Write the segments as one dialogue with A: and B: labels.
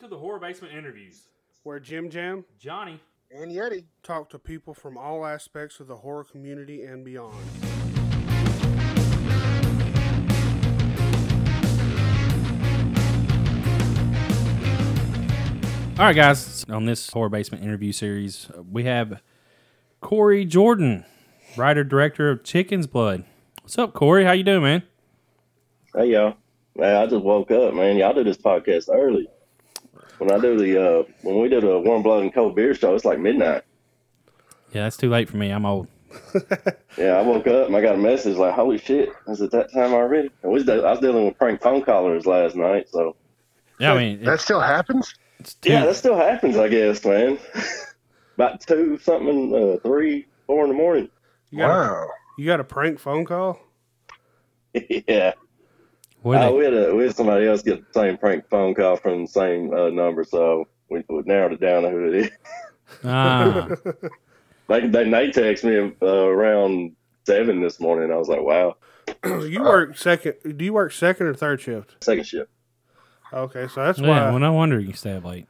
A: to the Horror Basement interviews.
B: where Jim Jam
A: Johnny,
C: And Yeti.
B: talked to people from all aspects of the horror community and beyond.
D: All right, guys. On this horror basement interview series, uh, we have Corey Jordan, writer director of Chicken's Blood. What's up, Corey? How you doing, man?
E: Hey y'all, man! I just woke up, man. Y'all do this podcast early. When I do the uh, when we do the warm blood and cold beer show, it's like midnight.
D: Yeah, that's too late for me. I'm old.
E: Yeah, I woke up and I got a message like, "Holy shit, is it that time already?" And we, was de- I was dealing with prank phone callers last night, so
D: Yeah, I mean,
C: That
D: it's,
C: still happens?
D: it's too,
E: yeah, that still happens, I guess, man. About two something, uh, three, four in the morning.
B: You got, a,
C: Wow.
B: you got a prank phone call?
E: yeah,
D: what are
E: Uh,
D: they-
E: we, had a, we had somebody else get the same prank phone call from the same uh, number, so we, we narrowed it down to who it is.
D: Ah,
E: They they, they text me uh, around seven this morning. I was like, wow,
B: you
C: Uh,
B: work second. Do you work second or third shift?
E: second shift.
B: Okay, so that's
D: yeah,
B: why.
D: well, no wonder you stay up late.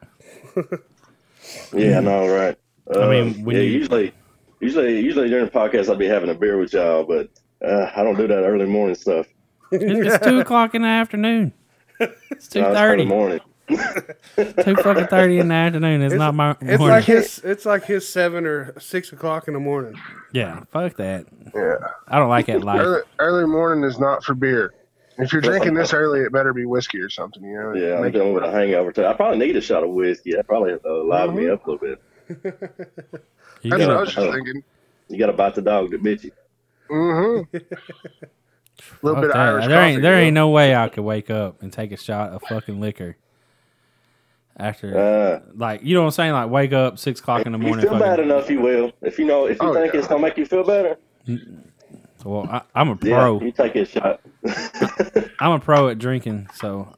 E: Yeah, no, right.
D: I
E: Uh,
D: mean, when
E: yeah,
D: you-
E: usually, usually, usually during the podcast, I'll be having a beer with y'all, but uh, I don't do that early morning stuff. Uh,
D: It's, it's two o'clock in the afternoon. It's two
E: No, it's early
D: thirty.
E: morning.
D: Two fucking thirty in the afternoon. It's, not my
B: it's
D: morning.
B: like his. It's like his seven or six o'clock in the morning.
D: yeah, fuck that.
C: Yeah.
D: I don't like that life.
C: Early, early morning is not for beer. If you're drinking this early, it better be whiskey or something, you know?
E: Yeah, I'm
C: Make-
E: dealing with a hangover too. I probably need a shot of whiskey. That probably uh, livened
C: Mm-hmm.
E: me up a little bit.
D: You
C: that's what I
D: gotta,
C: was just thinking.
E: You got to bite the dog that bit you.
C: Mm-hmm. A little
D: fuck
C: bit of
D: that.
C: Irish
D: there
C: coffee,
D: ain't there
C: you
D: ain't no way I could wake up and take a shot of fucking liquor after
E: Uh,
D: like you know what I'm saying. Like wake up six o'clock in the
E: if
D: morning.
E: you feel bad
D: fucking-
E: enough, you will. If you know, if you
C: Oh,
E: think it's
C: yeah.
E: gonna make you feel better,
D: Well, I, I'm a
E: yeah,
D: pro.
E: you take a shot.
D: I'm a pro at drinking, so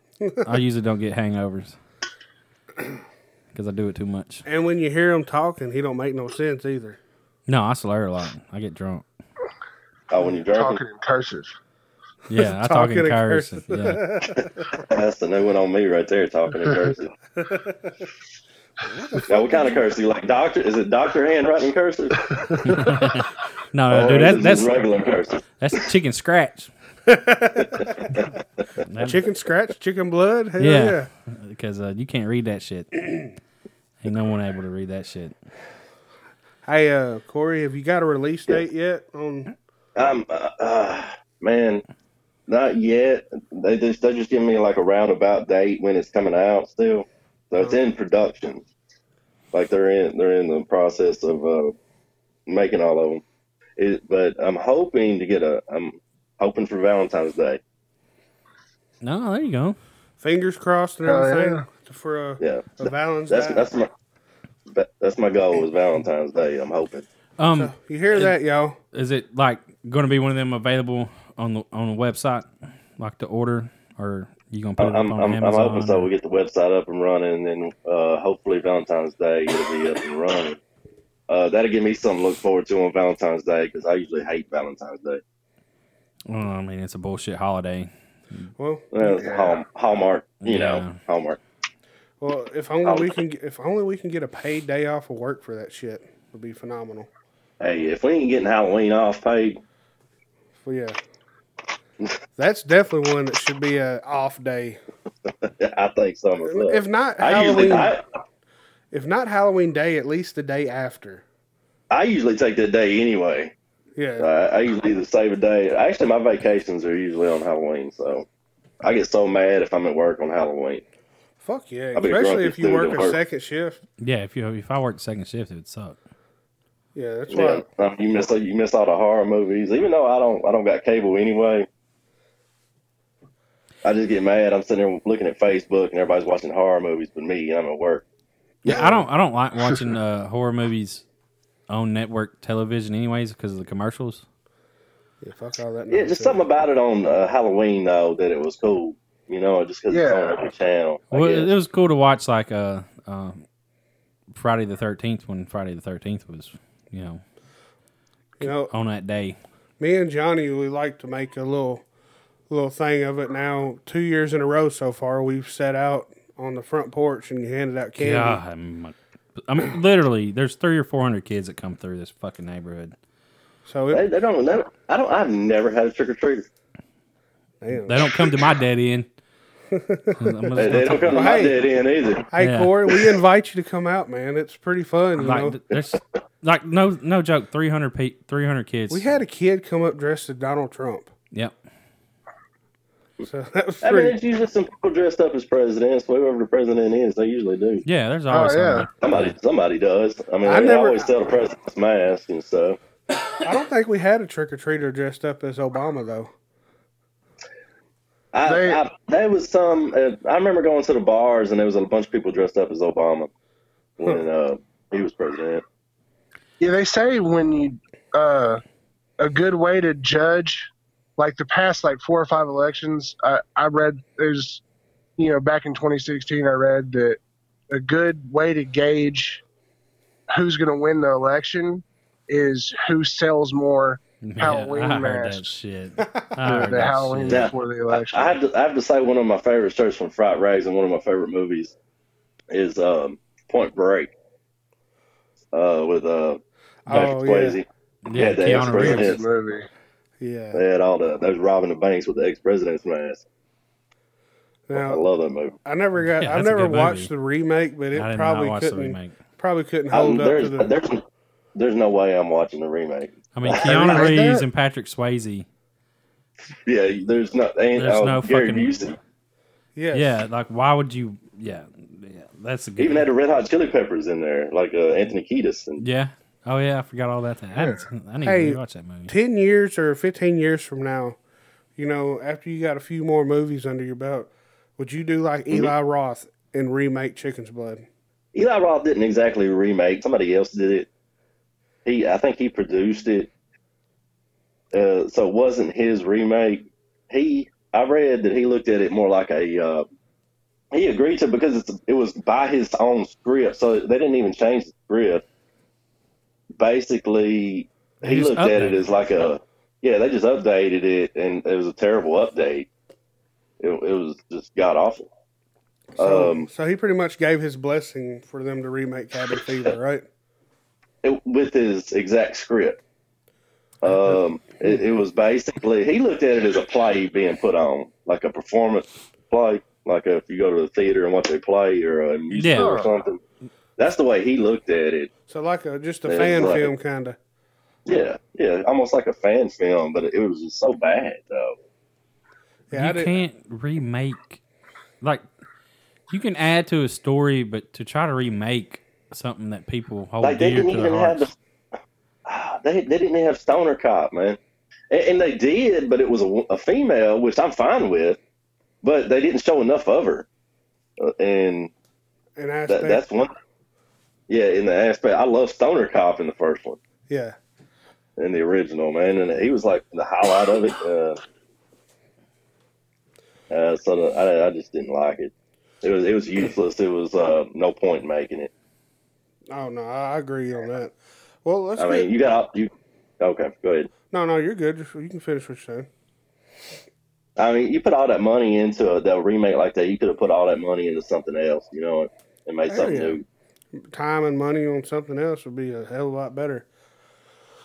D: I usually don't get hangovers because I do it too much.
B: And when you hear him talking, he don't make no sense either.
D: No, I slur a lot. I get drunk.
E: Oh, when you're drunk,
C: Talking in cursive.
D: Yeah, I talk in
B: Talking in
D: cursive. Yeah.
E: That's the new one on me right there, talking in cursive. now, what kind of cursive? Like doctor? Is it doctor handwriting cursive?
D: No, no,
E: Or
D: Uh, dude,
E: Oh, is
D: that,
E: it just
D: that's
E: regular cursive.
D: that's chicken scratch.
B: Chicken scratch, chicken blood. Hell yeah.
D: Yeah, because uh, you can't read that shit. Ain't no one able to read that shit.
B: Hey, uh, Corey, have you got a release date yet? On
E: Um, uh, uh, man, not yet. They just they just giving me like a roundabout date when it's coming out still. So it's in production. Like they're in they're in the process of uh, making all of them. It, but I'm hoping to get a. I'm hoping for Valentine's Day.
D: No, there you go.
B: fingers crossed and
C: Hell
B: everything
C: Oh, yeah.
B: for a,
E: Yeah.
B: a Valentine's
E: That's
B: Day.
E: that's my that, that's my goal is Valentine's Day. I'm hoping.
D: Um,
B: you hear that, y'all?
D: is it like going to be one of them available on the on the website, like to order, or you gonna put it up
E: I'm
D: on
E: I'm, I'm
D: Amazon?
E: hoping so.
D: or-
E: We get the website up and running, and then uh, hopefully Valentine's Day it'll be up and running. Uh, that'll give me something to look forward to on Valentine's Day because I usually hate Valentine's Day.
D: Well, I mean, it's a bullshit holiday.
B: Well,
E: Well, it's a hall, Hallmark, you
D: Yeah.
E: know, Hallmark.
B: well, if only
E: Oh.
B: we can, get, if only we can get a paid day off of work for that shit, would be phenomenal.
E: Hey, if we ain't getting Halloween off paid,
B: Well, yeah, that's definitely one that should be a off day.
E: I think some of us
B: If not
E: I usually
B: Halloween,
E: I,
B: if not Halloween day, at least the day after.
E: I usually take that day anyway. I,
B: Yeah,
E: Uh, I usually either save a day. Actually, my vacations are usually on Halloween, so I get so mad if I'm at work on Halloween.
B: fuck yeah.
E: I'll be drunk
B: Especially
E: as
B: if you
E: dude
B: work
E: at
B: a
E: work.
B: second shift.
D: Yeah, if you if I worked second shift, it would suck.
B: Yeah, that's
E: Yeah,
B: why.
E: um, you miss you miss all the horror movies. Even though I don't I don't got cable anyway, I just get mad. I'm sitting there looking at Facebook and everybody's watching horror movies, but me and I'm at work.
D: Yeah, I don't I don't like watching uh, horror movies on network television, anyways, because of the commercials.
B: Yeah, fuck all that.
E: Yeah, just
B: nonsense.
E: something about it on uh, Halloween though that it was cool. You know, just because it's
C: Yeah.
E: on every channel. I
D: Well,
E: guess.
D: it was cool to watch like uh, um, Friday the Thirteenth when Friday the Thirteenth was you know
B: You know,
D: on that day.
B: me and Johnny we like to make a little little thing of it now. Two years in a row so far, we've set out on the front porch and you handed out candy.
D: God, I'm- I mean, literally, there's three or four hundred kids that come through this fucking neighborhood.
B: So
E: They,
B: it,
E: they don't. They don't. I don't. I've never had a trick or treater.
B: damn.
D: They don't come to my dead end.
E: They, they don't come to my
B: Hey.
E: dead end either.
B: hey
D: Yeah.
B: Corey, we invite you to come out, man. It's pretty fun. You know?
D: like there's like no no joke 300 pe- 300 kids
B: We had a kid come up dressed as Donald Trump.
D: yep
B: So that was
E: I mean,
B: pretty.
E: it's usually some people dressed up as presidents. Whoever the president is, they usually do.
D: yeah
B: Oh,
D: there's always
C: yeah.
D: somebody.
E: Somebody, somebody does. I mean,
B: I
E: I they
B: never-
E: always sell the president's mask and stuff.
B: I don't think we had a trick or treater dressed up as Obama though.
E: I,
C: They-
E: I, there was some. Uh, I remember going to the bars and there was a bunch of people dressed up as Obama when uh, he was president.
C: Yeah, they say when you uh, a good way to judge like the past like four or five elections. I I read there's you know back in 2016 I read that a good way to gauge who's going to win the election is who sells more Halloween
D: I heard that
C: masks.
D: shit I heard
C: the
D: that
C: Halloween
D: shit.
E: Yeah.
C: before the
E: I,
C: election.
E: I have to. I have to say one of my favorite shirts from Fright Rags and one of my favorite movies is um, Point Break. Uh, with uh, Patrick
B: Oh yeah,
E: Swayze.
D: yeah,
E: Yeah, the
D: Keanu
E: ex-president.
D: Reeves
C: Good movie.
B: yeah.
E: They had all the those robbing the banks with the ex president's mask. I
B: Now
E: love that movie.
B: I never got.
D: Yeah,
B: I
D: that's a
B: never
D: good
B: watched
D: movie.
B: the remake, but
D: I
B: it
D: did
B: probably
D: not watch the
B: couldn't
D: remake
B: probably couldn't
E: I,
B: hold up to
E: Um, there's,
B: the.
E: there's there's no way I'm watching the remake.
D: I mean
C: I
D: Keanu
C: heard
D: Reeves
C: that.
D: and Patrick Swayze
E: Yeah, there's no ain't
D: There's
E: oh,
D: no
E: Gary
D: fucking-
E: Busey.
B: Yes.
D: yeah like why would you yeah yeah that's a good
E: Even had the Red Hot Chili Peppers in there, like uh, Anthony Kiedis. And
D: yeah oh yeah I forgot all that thing. I, didn't, I need
B: Hey.
D: to watch that movie
B: 10 years or 15 years from now, you know, after you got a few more movies under your belt, would you do like Eli Roth and remake Chicken's Blood?
E: Eli Roth didn't exactly remake. Somebody else did it. He, I think he produced it. Uh, so it wasn't his remake. He, I read that he looked at it more like a. Uh, he agreed to it because it's, it was by his own script, so they didn't even change the script. Basically,
D: They
E: he
D: just
E: looked at it
D: updated
E: as like a. Yeah, they just updated it, and it was a terrible update. It, it was just god awful.
B: So,
E: Um,
B: so he pretty much gave his blessing for them to remake Cabin Fever, right?
E: it, with his exact script. Um, it, it was basically he looked at it as a play being put on, like a performance play, like if you go to the theater and watch a play or a musical
D: Yeah.
E: or something. That's the way he looked at it.
B: So like a just a
E: Yeah,
B: fan
E: right.
B: film kind of.
E: Yeah, yeah, almost like a fan film, but it, it was just so bad though.
B: Yeah, I
D: you
B: did.
D: can't remake like you can add to a story but to try to remake something that people hold
E: Like they
D: Oh, dear
E: didn't
D: to their
E: even have
D: hearts
E: the. Ah, They, they didn't have Stoner Cop, man. And, and they did, but it was a, w- a female, which I'm fine with, but they didn't show enough of her. Uh, and
B: And I
E: that,
B: think-
E: that's one. Yeah, in the aspect, I love Stoner Cop in the first one,
B: yeah.
E: in the original man, and he was like the highlight of it. Uh, uh, so the, I, I just didn't like it. It was it was useless. It was uh, no point in making it.
B: Oh no, I I agree on that. Well, let's
E: I
B: get.
E: mean, you got you. Okay, go ahead.
B: no, no, you're good. Just- You can finish what you're saying.
E: I mean, you put all that money into a, that remake like that. You could have put all that money into something else, you know, and, and made
B: Hell
E: something
B: yeah.
E: new.
B: Time and money on something else would be a hell of a lot better.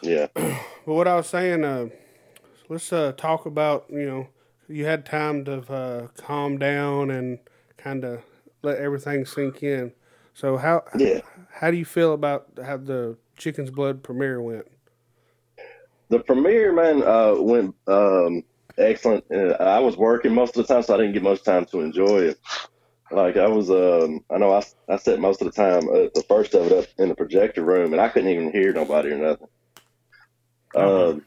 E: Yeah.
B: But what I was saying, uh, let's uh, talk about you know you had time to uh, calm down and kind of let everything sink in. So how
E: Yeah.
B: how do you feel about how the Chicken's Blood premiere went?
E: the premiere man uh, went um, excellent. Uh, I was working most of the time, so I didn't get much time to enjoy it. Like I was, um, I know I, I sat most of the time uh, the first of it up in the projector room, and I couldn't even hear nobody or nothing. Um,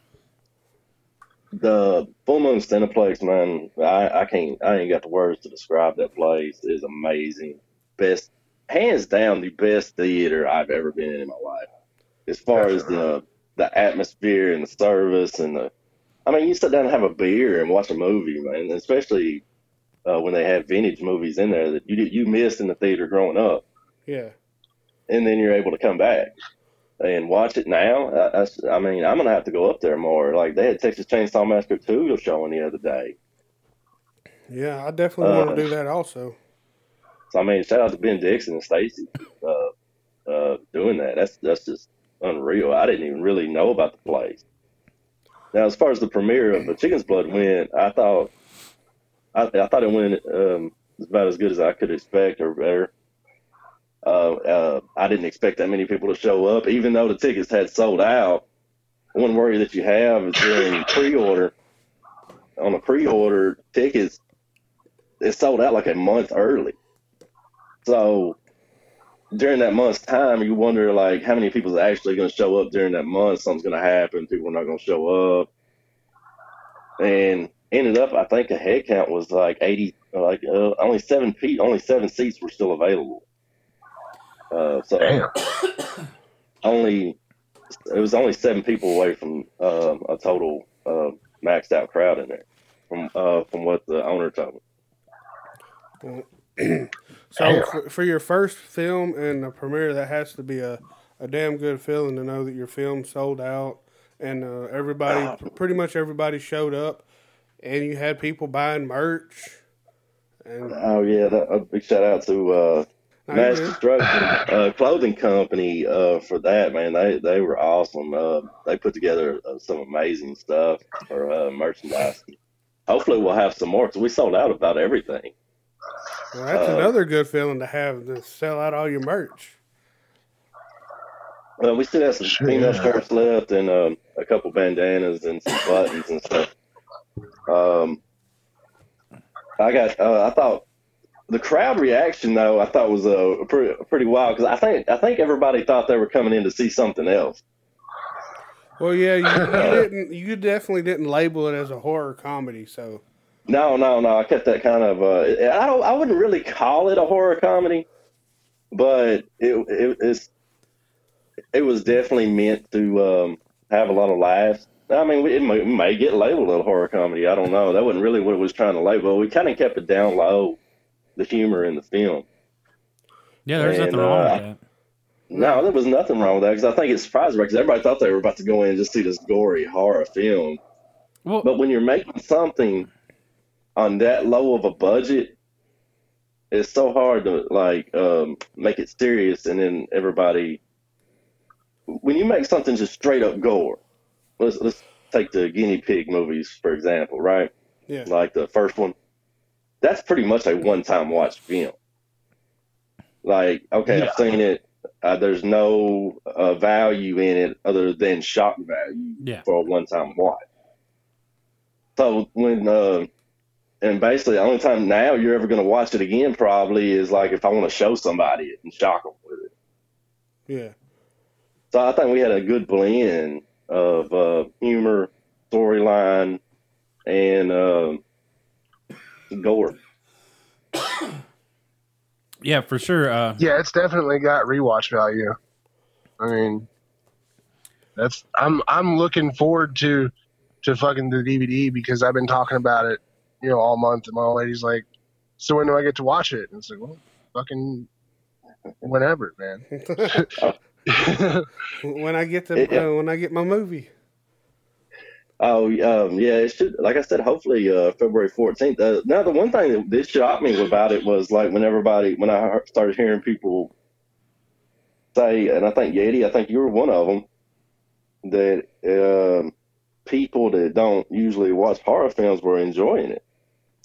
E: the Full Moon Cineplex, man, I, I can't, I ain't got the words to describe that place. It is amazing, best, hands down, the best theater I've ever been in in my life. As far as the the atmosphere and the service and the I mean, you sit down and have a beer and watch a movie, man. Especially uh, when they have vintage movies in there that you did- you missed in the theater growing up,
B: Yeah,
E: and then you're able to come back and watch it now. I, I s- I mean, I'm gonna have to go up there more. Like they had Texas Chainsaw Massacre two showing the other day.
B: yeah, I definitely want
E: Uh,
B: to do that also.
E: So I mean, shout out to Ben Dixon and Stacy uh, uh, doing that. That's that's just unreal. I didn't even really know about the place. Now, as far as the premiere of the Chicken's Blood went, I thought I, I thought it went um, about as good as I could expect or better. Uh, uh, I didn't expect that many people to show up, even though the tickets had sold out. One worry that you have is during pre-order. On a pre-order tickets, it sold out like a month early. So during that month's time, you wonder like how many people are actually going to show up during that month. Something's going to happen. People are not going to show up. And ended up, I think a head count was like eighty, like uh, only seven feet, only seven seats were still available. Uh, so
C: Damn.
E: only it was only seven people away from um, a total uh, maxed out crowd in there, from uh, from what the owner told me.
B: So
C: Damn.
B: for, for your first film and the premiere, that has to be a, a damn good feeling to know that your film sold out and uh, everybody,
E: Uh-huh.
B: pretty much everybody showed up, and you had people buying merch. And
E: Oh yeah, that, a big shout out to uh,
B: No, you're
E: Mass
B: good.
E: Destruction uh, Clothing Company uh, for that man. They they were awesome. Uh, they put together uh, some amazing stuff for uh, merchandise. Hopefully, we'll have some more because we sold out about everything.
B: Well, that's
E: Uh,
B: another good feeling to have to sell out all your merch.
E: Well, we still have some
C: Sure.
E: female shirts left and um, a couple bandanas and some buttons and stuff. Um, I got. Uh, I thought the crowd reaction though. I thought was uh, pretty pretty wild because I think I think everybody thought they were coming in to see something else.
B: Well, yeah, you, you didn't. You definitely didn't label it as a horror comedy. So
E: No, no, no. I kept that kind of. Uh, I don't. I wouldn't really call it a horror comedy, but it it it's, it was definitely meant to um, have a lot of laughs. I mean, it may, it may get labeled a horror comedy. I don't know. That wasn't really what it was trying to label. We kind of kept it down low, the humor in the film.
D: Yeah, there's
E: And,
D: nothing wrong
E: uh,
D: with that.
E: No, there was nothing wrong with that because I think it surprised because everybody thought they were about to go in and just see this gory horror film.
D: Well,
E: But when you're making something on that low of a budget, it's so hard to like um, make it serious, and then everybody. When you make something just straight up gore, let's let's take the guinea pig movies for example, right?
B: yeah,
E: Like the first one, that's pretty much a one time watch film. Like okay,
C: Yeah.
E: I've seen it. Uh, there's no uh, value in it other than shock value
D: yeah.
E: for a one time watch. So when uh, and basically the only time now you're ever going to watch it again probably is like if I want to show somebody it and shock them with it.
B: yeah.
E: So I think we had a good blend of uh, humor, storyline, and um gore.
D: Yeah, for sure. Uh,
C: Yeah, it's definitely got rewatch value. I mean, that's I'm I'm looking forward to to fucking the DVD because I've been talking about it, you know, all month, and my old lady's like, "So when do I get to watch it?" And it's like, "Well, fucking whenever,
E: Uh,
C: man."
B: when I get to
E: Yeah.
B: uh, when I get my movie,
E: Oh um, yeah, it should. Like I said, hopefully uh, February fourteenth. Uh, now the one thing that this shocked me about it was like when everybody, when I heard- started hearing people say, and I think Yeti, I think you were one of them, that um, people that don't usually watch horror films were enjoying it.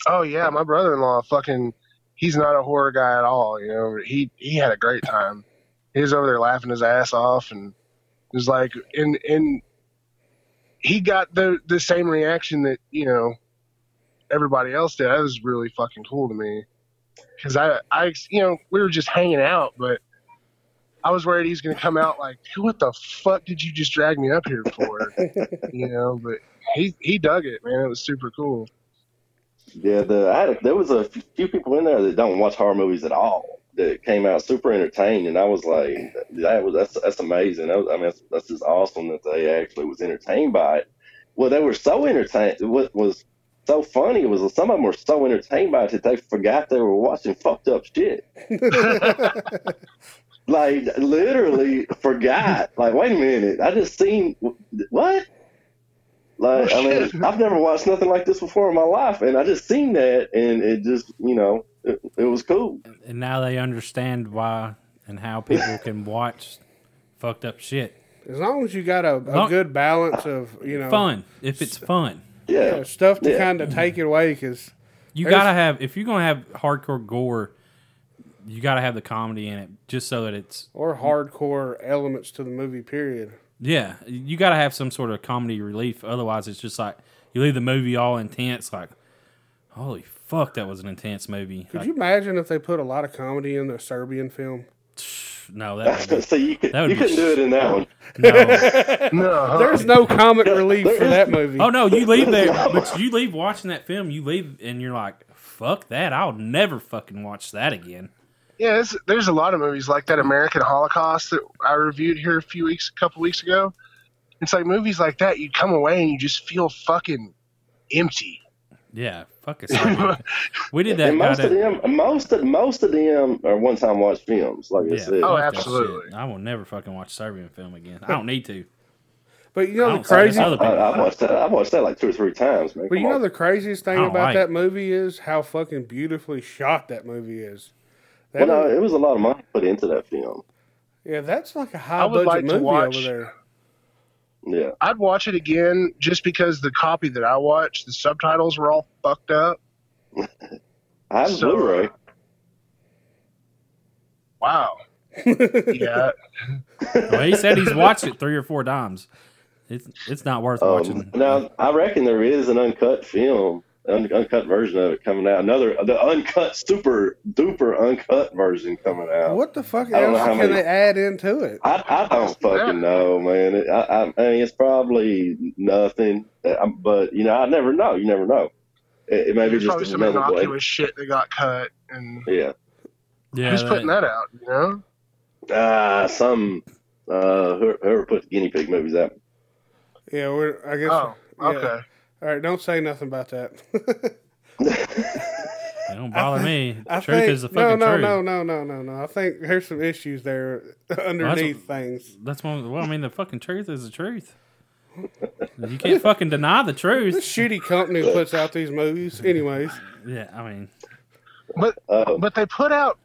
C: oh yeah, my brother-in-law, fucking, he's not a horror guy at all. You know, he he had a great time. He was over there laughing his ass off, and it was like, and and he got the the same reaction that you know everybody else did. That was really fucking cool to me because I I you know we were just hanging out, but I was worried he's gonna come out like, what the fuck did you just drag me up here for? you know, but he he dug it, man. It was super cool.
E: Yeah, the I had a, there was a few people in there that don't watch horror movies at all that came out super entertained, and I was like, that was that's that's amazing. That was, I mean, that's, that's just awesome that they actually was entertained by it. Well, they were so entertained. What was so funny was that some of them were so entertained by it that they forgot they were watching fucked up shit. Like literally forgot. Like, wait a minute, I just seen what?
C: Oh,
E: Like, I mean, I've never watched nothing like this before in my life, and I just seen that, and it just, you know, it, it was cool.
D: and now they understand why and how people can watch fucked up shit.
B: As long as you got a, a
D: Long-
B: good balance of you know
D: Fun if it's fun.
E: Yeah,
B: uh, stuff to
E: Yeah.
B: kind of take it away because
D: You
B: There's-
D: gotta have if you're gonna have hardcore gore, you gotta have the comedy in it just so that it's
B: or hardcore elements to the movie. Period.
D: yeah. You gotta have some sort of comedy relief. Otherwise, it's just like you leave the movie all intense. Like, holy fuck, that was an intense movie.
B: Could
D: Like,
B: you imagine if they put a lot of comedy in the Serbian film?
D: no, that would
E: so you could
D: That would
E: you
D: be
E: couldn't do it in that one.
D: be, no.
C: No,
E: Uh,
C: huh?
B: There's no comic relief for that movie.
D: Oh no, you leave there, but you leave watching that film. You leave and you're like, fuck that. I'll never fucking watch that again.
C: yeah, it's, there's a lot of movies like that American Holocaust that I reviewed here a few weeks, a couple weeks ago. It's like movies like that. You come away and you just feel fucking empty.
D: Yeah, fuck it. sorry. we did that.
E: and most of
D: goddamn-
E: them, most of most of them are one time watch films. Like I
D: Yeah,
E: said,
D: fuck
C: Oh,
D: that
C: absolutely.
D: shit. I will never fucking watch Serbian film again. I don't need to.
B: But you
D: I
B: know the
D: don't see this
B: crazy
D: other
E: I,
D: people.
E: I watched that. I watched that like two or three times, man.
B: But
E: Come
B: you know
E: on.
B: the craziest thing
D: I don't
B: about
D: like-
B: that movie is how fucking beautifully shot that movie is. That
E: well, no, uh, it was a lot of money put into that film.
B: yeah, that's like a
C: I
B: high
C: would
B: budget
C: like to
B: movie
C: watch-
B: over there.
E: Yeah,
C: I'd watch it again just because the copy that I watched, the subtitles were all fucked up.
E: I have
C: So-
E: Blu-ray.
C: Wow. yeah.
D: Well, he said he's watched it three or four times. It's it's not worth
E: Um,
D: watching.
E: now I reckon there is an uncut film, un- uncut version of it coming out. Another the uncut, super duper uncut version coming out.
B: What the fuck
E: I don't
B: else
E: know how
B: can
E: many-
B: they add into it?
E: I, I don't fucking know, man. It, I, I, I mean, it's probably nothing, uh, but you know, I never know. You never know. It, it may be
C: There's
E: just
C: probably some
E: another way.
C: innocuous shit that got cut and
E: Yeah,
D: Yeah,
C: who's
D: that-
C: putting that out, you know?
E: uh, some uh, whoever, whoever put the guinea pig movies out.
B: Yeah, we're I guess.
C: Oh,
B: yeah.
C: okay.
B: All right, don't say nothing about that.
D: it don't bother me.
B: I
D: truth
B: think
D: is the
B: no,
D: fucking
B: no,
D: truth.
B: no, no, no, no, no. I think there's some issues there underneath things.
D: That's one. Well, I mean, the fucking truth is the truth. You can't fucking deny the
B: This
D: truth.
B: shitty company puts out these movies, anyways.
D: Yeah, I mean,
C: But
E: Uh,
C: but they put out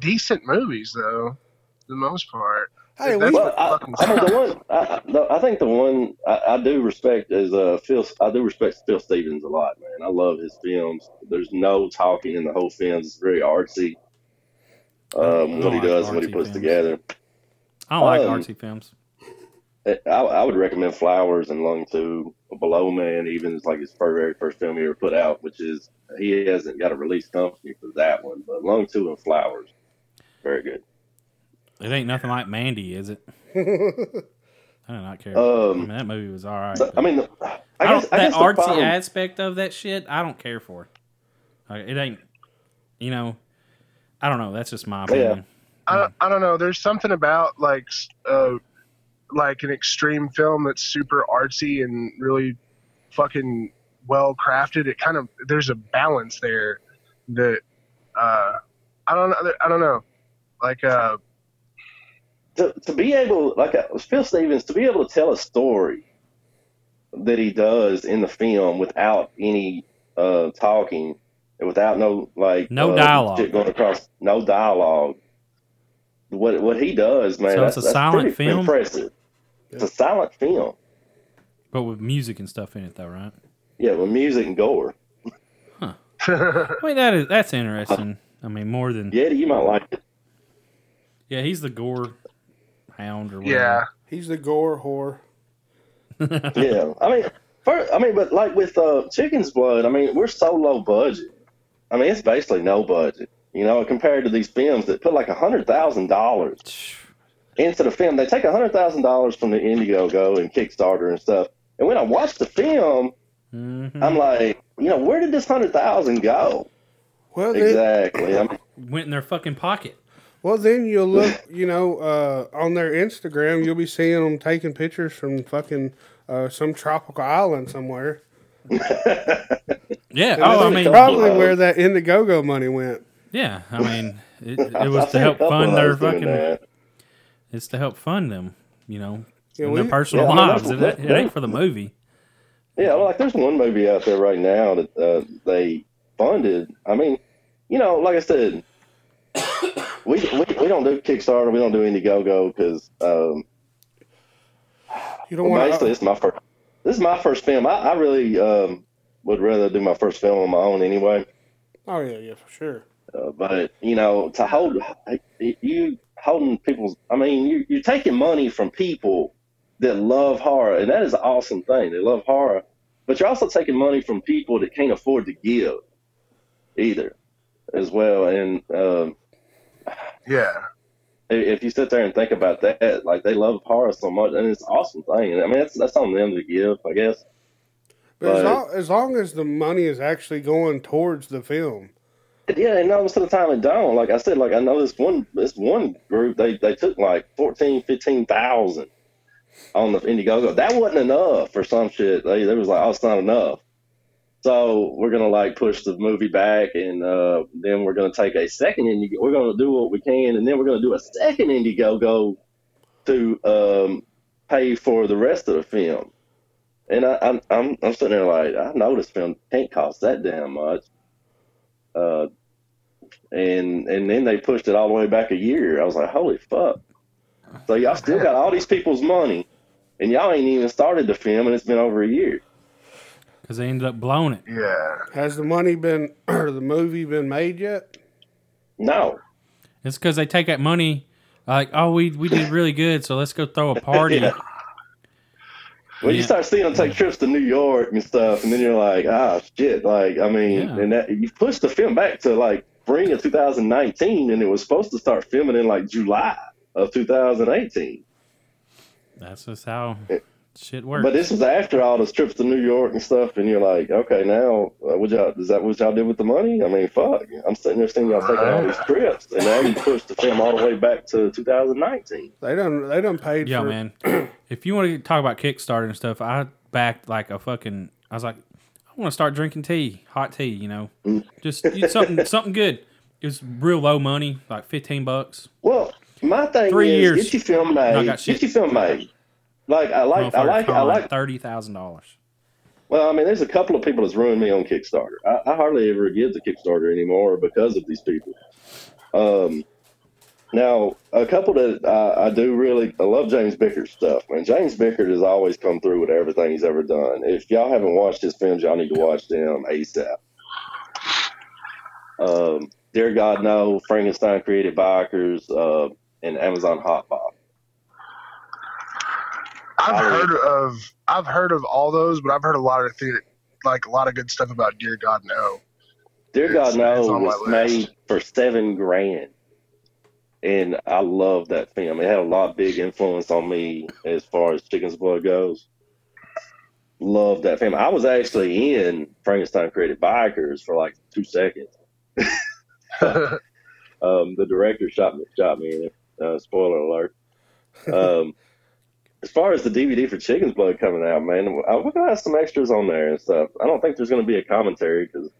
C: decent movies though, for the most part.
B: Hey,
C: That's
B: we,
E: Well, I,
C: fucking
E: I think the one I, I- no, I think the one I, I do respect is uh Phil. I do respect Phil Stevens a lot, man. I love his films. There's no talking in the whole films. It's very artsy. Um,
D: I
E: what he
D: like
E: does, what he
D: artsy
E: puts
D: films.
E: together.
D: I don't like
E: Um,
D: artsy films.
E: I, I would recommend Flowers and Lung Two, Below Man, even it's like his fir- very first film he ever put out, which is he hasn't got a release company for that one, but Lung Two and Flowers, very good.
D: It ain't nothing like Mandy, is it? I do not care.
E: Um,
D: I mean, that movie was all right.
E: So, I
D: but-
E: mean, the- I
D: I
E: guess,
D: don't,
E: I
D: that
E: guess the
D: artsy
E: problem-
D: aspect of that shit, I don't care for. Like, it ain't, you know, I don't know. That's just my opinion.
C: I don't, I don't know. There's something about like s- uh, like an extreme film that's super artsy and really fucking well crafted. It kind of there's a balance there that uh, I don't know. I don't know. Like uh,
E: to, to be able, like uh, Phil Stevens, to be able to tell a story that he does in the film without any uh, talking and without no like
D: No
E: uh,
D: dialogue.
E: shit going across, no dialogue. What what he does, man,
D: So
E: that's,
D: it's a
E: that's
D: silent
E: pretty
D: film?
E: Impressive. It's a silent film.
D: But with music and stuff in it, though, right?
E: Yeah, with music and gore.
D: I mean, that is that's interesting. I mean, more than yeah.
E: Yeti, you might like it.
D: he's the gore hound or whatever.
C: yeah,
B: he's the gore whore.
E: yeah, I mean, first, I mean, but like with uh, Chicken's Blood, I mean, we're so low budget. I mean, it's basically no budget, you know, compared to these films that put like a hundred thousand dollars into the film. They take a hundred thousand dollars from the Indiegogo and Kickstarter and stuff. And when I watch the film,
D: Mhm.
E: I'm like, you know, where did this hundred thousand go
B: Well, then,
E: exactly? I mean,
D: Went in their fucking pocket.
B: well, then you'll look, you know, uh, on their Instagram, you'll be seeing them taking pictures from fucking uh, some tropical island somewhere.
D: Yeah.
B: And
D: Oh, I
B: that's
D: mean,
B: probably
E: uh,
B: where that Indiegogo money went.
D: yeah. I mean, it, it
E: I've
D: was to
E: seen a
D: help
E: couple
D: fund
E: of
D: their
E: those doing
D: fucking.
E: that.
D: It's to help fund them, you know,
B: Yeah,
D: in
B: we-
D: their personal
E: Yeah, I mean,
D: lives.
E: that's-
D: It, ain't-
E: that's-
D: it ain't for the movie.
E: Yeah, well, like there's one movie out there right now that uh, they funded. I mean, you know, like I said, we, we we don't do Kickstarter, we don't do Indiegogo because um,
B: You don't
E: well,
B: want
E: basically
B: to.
E: this is my first this is my first film. I, I really um, would rather do my first film on my own anyway.
B: Oh yeah, yeah, for sure.
E: Uh, but you know, to hold you holding people's, I mean, you, you're taking money from people that love horror, and that is an awesome thing. They love horror, but you're also taking money from people that can't afford to give either, as well. And um,
C: Yeah.
E: i- if you sit there and think about that, like they love horror so much, and it's an awesome thing. I mean, that's that's on them to give, I guess.
B: But, as,
E: But-
B: long, as long as the money is actually going towards the film,
E: Yeah, and most of the time it don't. Like I said, like I know this one this one group they they took like fourteen, fifteen thousand on the Indiegogo. That wasn't enough for some shit. They they was like, oh, it's not enough. So we're gonna like push the movie back, and uh, then we're gonna take a second Indiegogo. We're gonna do what we can, and then we're gonna do a second Indiegogo to um, pay for the rest of the film. And I, I'm I'm I'm sitting there like I know this film can't cost that damn much. Uh, and and then they pushed it all the way back a year. I was like, holy fuck! So y'all still got all these people's money, and y'all ain't even started the film, and it's been over a year.
D: because they ended up blowing it.
C: Yeah.
B: has the money been or the movie been made yet?
E: No,
D: It's because they take that money, like, oh, we we did really good, so let's go throw a party.
E: Yeah. well, you
D: Yeah.
E: start seeing them take trips to New York and stuff, and then you're like, ah, shit! Like, I mean,
D: Yeah.
E: and that you pushed the film back to like spring of 2019, and it was supposed to start filming in like July of 2018.
D: That's just how
E: Yeah.
D: shit works.
E: But this was after all those trips to New York and stuff, and you're like, okay, now uh, what y'all is that what y'all did with the money? I mean, fuck, I'm sitting there seeing y'all taking all these trips, and now you push the film all the way back to 2019.
B: They done they done paid
D: Yo,
B: for
D: man, if you want to talk about Kickstarter and stuff, I backed like a fucking. I was like, I want to start drinking tea, hot tea, you know,
E: Mm.
D: just you- something something good. It was real low money, like fifteen bucks.
E: Well, my thing
D: Three
E: is,
D: years.
E: get your film
D: No, I
E: made.
D: got shit.
E: get your film made. Like I like, I
D: Motherfucker
E: like, I
D: called
E: like.
D: thirty thousand dollars.
E: Well, I mean, there's a couple of people that's ruined me on Kickstarter. I, I hardly ever give to Kickstarter anymore because of these people. Um, now, a couple that I, I do really, I love James Bicker's stuff, man. James Bickert has always come through with everything he's ever done. If y'all haven't watched his films, y'all need to watch them ASAP. Um, Dear God, No, Frankenstein Created Bikers, uh, and Amazon Hot Box.
C: I've
E: I would-
C: heard of I've heard of all those, but I've heard a lot of the, like a lot of good stuff about Dear God No.
E: Dear God,
C: It's-
E: no
C: it's on my
E: was
C: list.
E: made for seven grand, and I love that film. It had a lot of big influence on me as far as Chicken's Blood goes. Love that film. I was actually in Frankenstein Created Bikers for like two seconds. Um, the director shot me, shot me in it. Uh, spoiler alert. Um, as far as the DVD for Chicken's Blood coming out, man, I- we're gonna have some extras on there and stuff. I don't think there's gonna be a commentary because,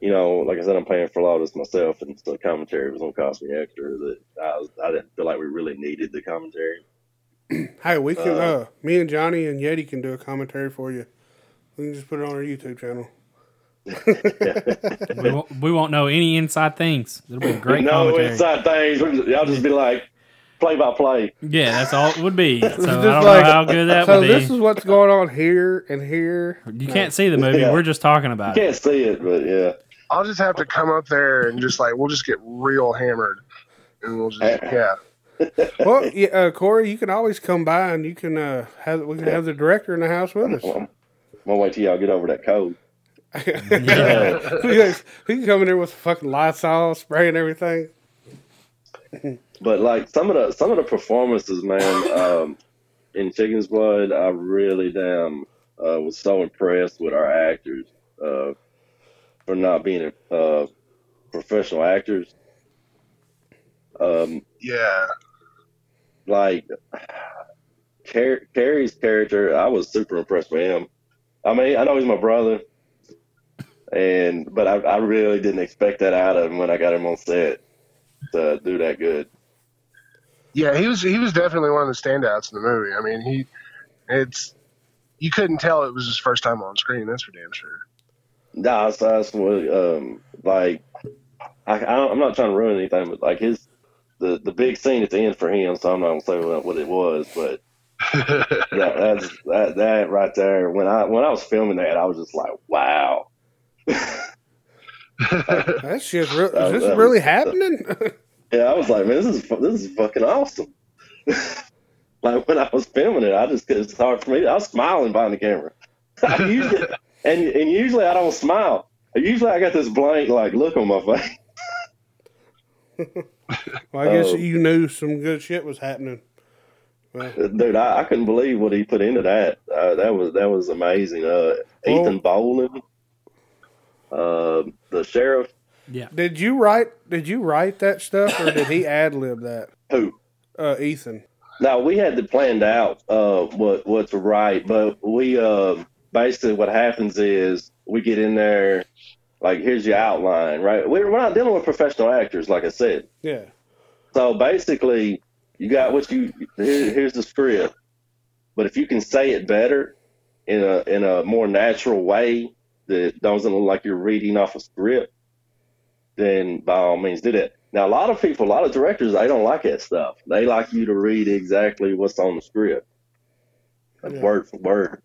E: you know, like I said, I'm paying for a lot of this myself, and so commentary was gonna cost me extra. That I, was, I didn't feel like we really needed the commentary.
B: Hey, we can. Uh,
E: Uh,
B: me and Johnny and Yeti can do a commentary for you. We can just put it on our YouTube channel.
D: We won't, we won't know any inside things. It'll be a great
E: no
D: commentary.
E: inside things. We're just- Y'all just be like play by play.
D: Yeah, that's all it would be. So I don't know
B: like-
D: how good that
B: so
D: would
B: this
D: be.
B: is what's going on here and here.
D: you can't see the movie.
E: Yeah.
D: We're just talking about it.
E: Can't see it, but yeah.
C: I'll just have to come up there and just like we'll just get real hammered, and we'll just
E: Uh,
C: yeah.
B: Well, yeah, uh, Corey, you can always come by and you can uh, have we can have the director in the house with us.
E: I'm gonna wait till y'all get over that cold.
D: Yeah.
B: we can- we can come in there with fucking Lysol spray and everything.
E: but like some of the some of the performances, man, um, in Chicken's Blood, I really damn uh, was so impressed with our actors uh, for not being uh, professional actors. Um,
C: Yeah.
E: like Car- Carrie's character, I was super impressed with him. I mean, I know he's my brother, and but I, I really didn't expect that out of him when I got him on set to do that good.
C: Yeah, he was he was definitely one of the standouts in the movie. I mean, he it's you couldn't tell it was his first time on screen. That's for damn sure.
E: Nah, so that's what um like I, I don't, I'm not trying to ruin anything, but like his the the big scene at the end for him. So I'm not gonna say what, what it was, but that, that's that that right there. When I when I was filming that, I was just like, wow.
B: That shit's real.
E: Uh,
B: Is this
E: that was-
B: really happening?
E: Yeah, I was like, man, this is fu- this is fucking awesome. like when I was filming it, I just it's hard for me. I was smiling behind the camera. I usually and and usually I don't smile. Usually I got this blank like look on my face.
B: well, I guess
E: Oh.
B: you knew some good shit was happening. Well,
E: Dude, I, I couldn't believe what he put into that. Uh, that was that was amazing. Uh, Ethan Bowling, uh, the sheriff.
D: Yeah.
B: did you write? Did you write that stuff, or did he ad lib that?
E: Who?
B: Uh, Ethan.
E: No, we had to planned out uh, what what to write, but we uh, basically what happens is we get in there, like here's your outline, right? We're, we're not dealing with professional actors, like I said.
B: Yeah.
E: So basically, you got what you here, here's the script, but if you can say it better in a in a more natural way that doesn't look like you're reading off a script, then by all means do that. Now a lot of people, a lot of directors, they don't like that stuff. They like you to read exactly what's on the script, like
B: Yeah.
E: word for word.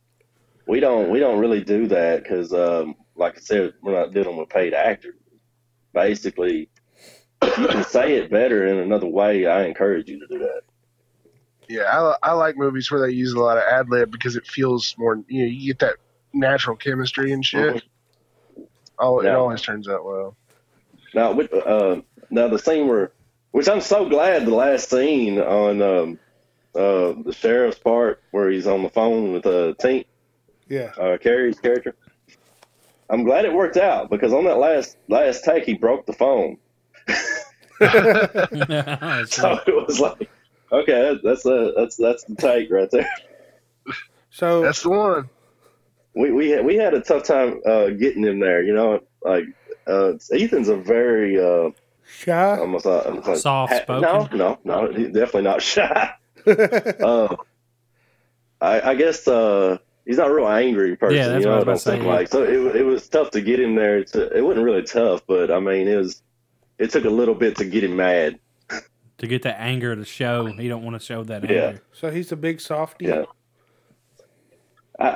E: We don't we don't really do that because, um, like I said, we're not dealing with paid actors. Basically, if you can say it better in another way, I encourage you to do that.
C: Yeah, I, li- I like movies where they use a lot of ad lib because it feels more. You know, you get that natural chemistry and shit.
D: Mm-hmm.
C: All it
E: Yeah.
C: always turns out well.
E: Now, with, uh, now the scene where, which I'm so glad the last scene on um, uh, the sheriff's part where he's on the phone with uh, Tink,
B: Yeah.
E: uh, Carrie's character. I'm glad it worked out because on that last last take he broke the phone,
D: That's
E: so
D: right.
E: it was like, okay, that- that's a, that's that's the take right there.
B: So
C: That's the one.
E: we we had, we had a tough time uh, getting him there. You know, like uh, Ethan's a very uh,
B: shy.
E: almost, uh, almost like,
D: Soft-spoken?
E: No, no, no, he's definitely not shy. uh, I, I guess uh, he's not a real angry person.
D: Yeah, that's
E: you know,
D: what I was
E: don't
D: about to
E: think
D: say,
E: Like, so it, wa- it was tough to get him there. To, it wasn't really tough, but I mean, it was. It took a little bit to get him mad.
D: to get that anger to show, he don't want to show that
E: Yeah.
D: anger.
B: so he's a big softy.
E: Yeah. I,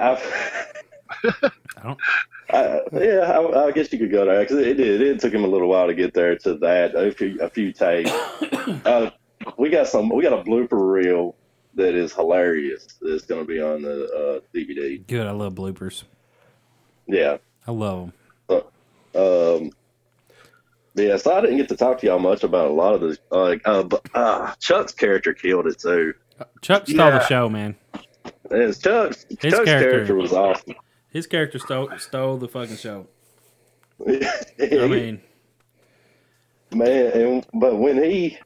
E: I,
D: I don't.
E: I, yeah, I, I guess you could go there because it did. It took him a little while to get there to that. A few, a few takes. uh, we got some. We got a blooper reel that is hilarious. That's going to be on the uh, DVD.
D: Good. I love bloopers.
E: Yeah.
D: I love them.
E: Um, yeah. So I didn't get to talk to y'all much about a lot of this. Like, uh, but, uh, Chuck's character killed it too.
D: Chuck stole
C: Yeah.
D: the show, man.
E: And Chuck's
D: His
E: Chuck's
D: character.
E: character. was awesome.
D: His character stole stole the fucking show. I
E: I
D: mean,
E: Man, and, but when he,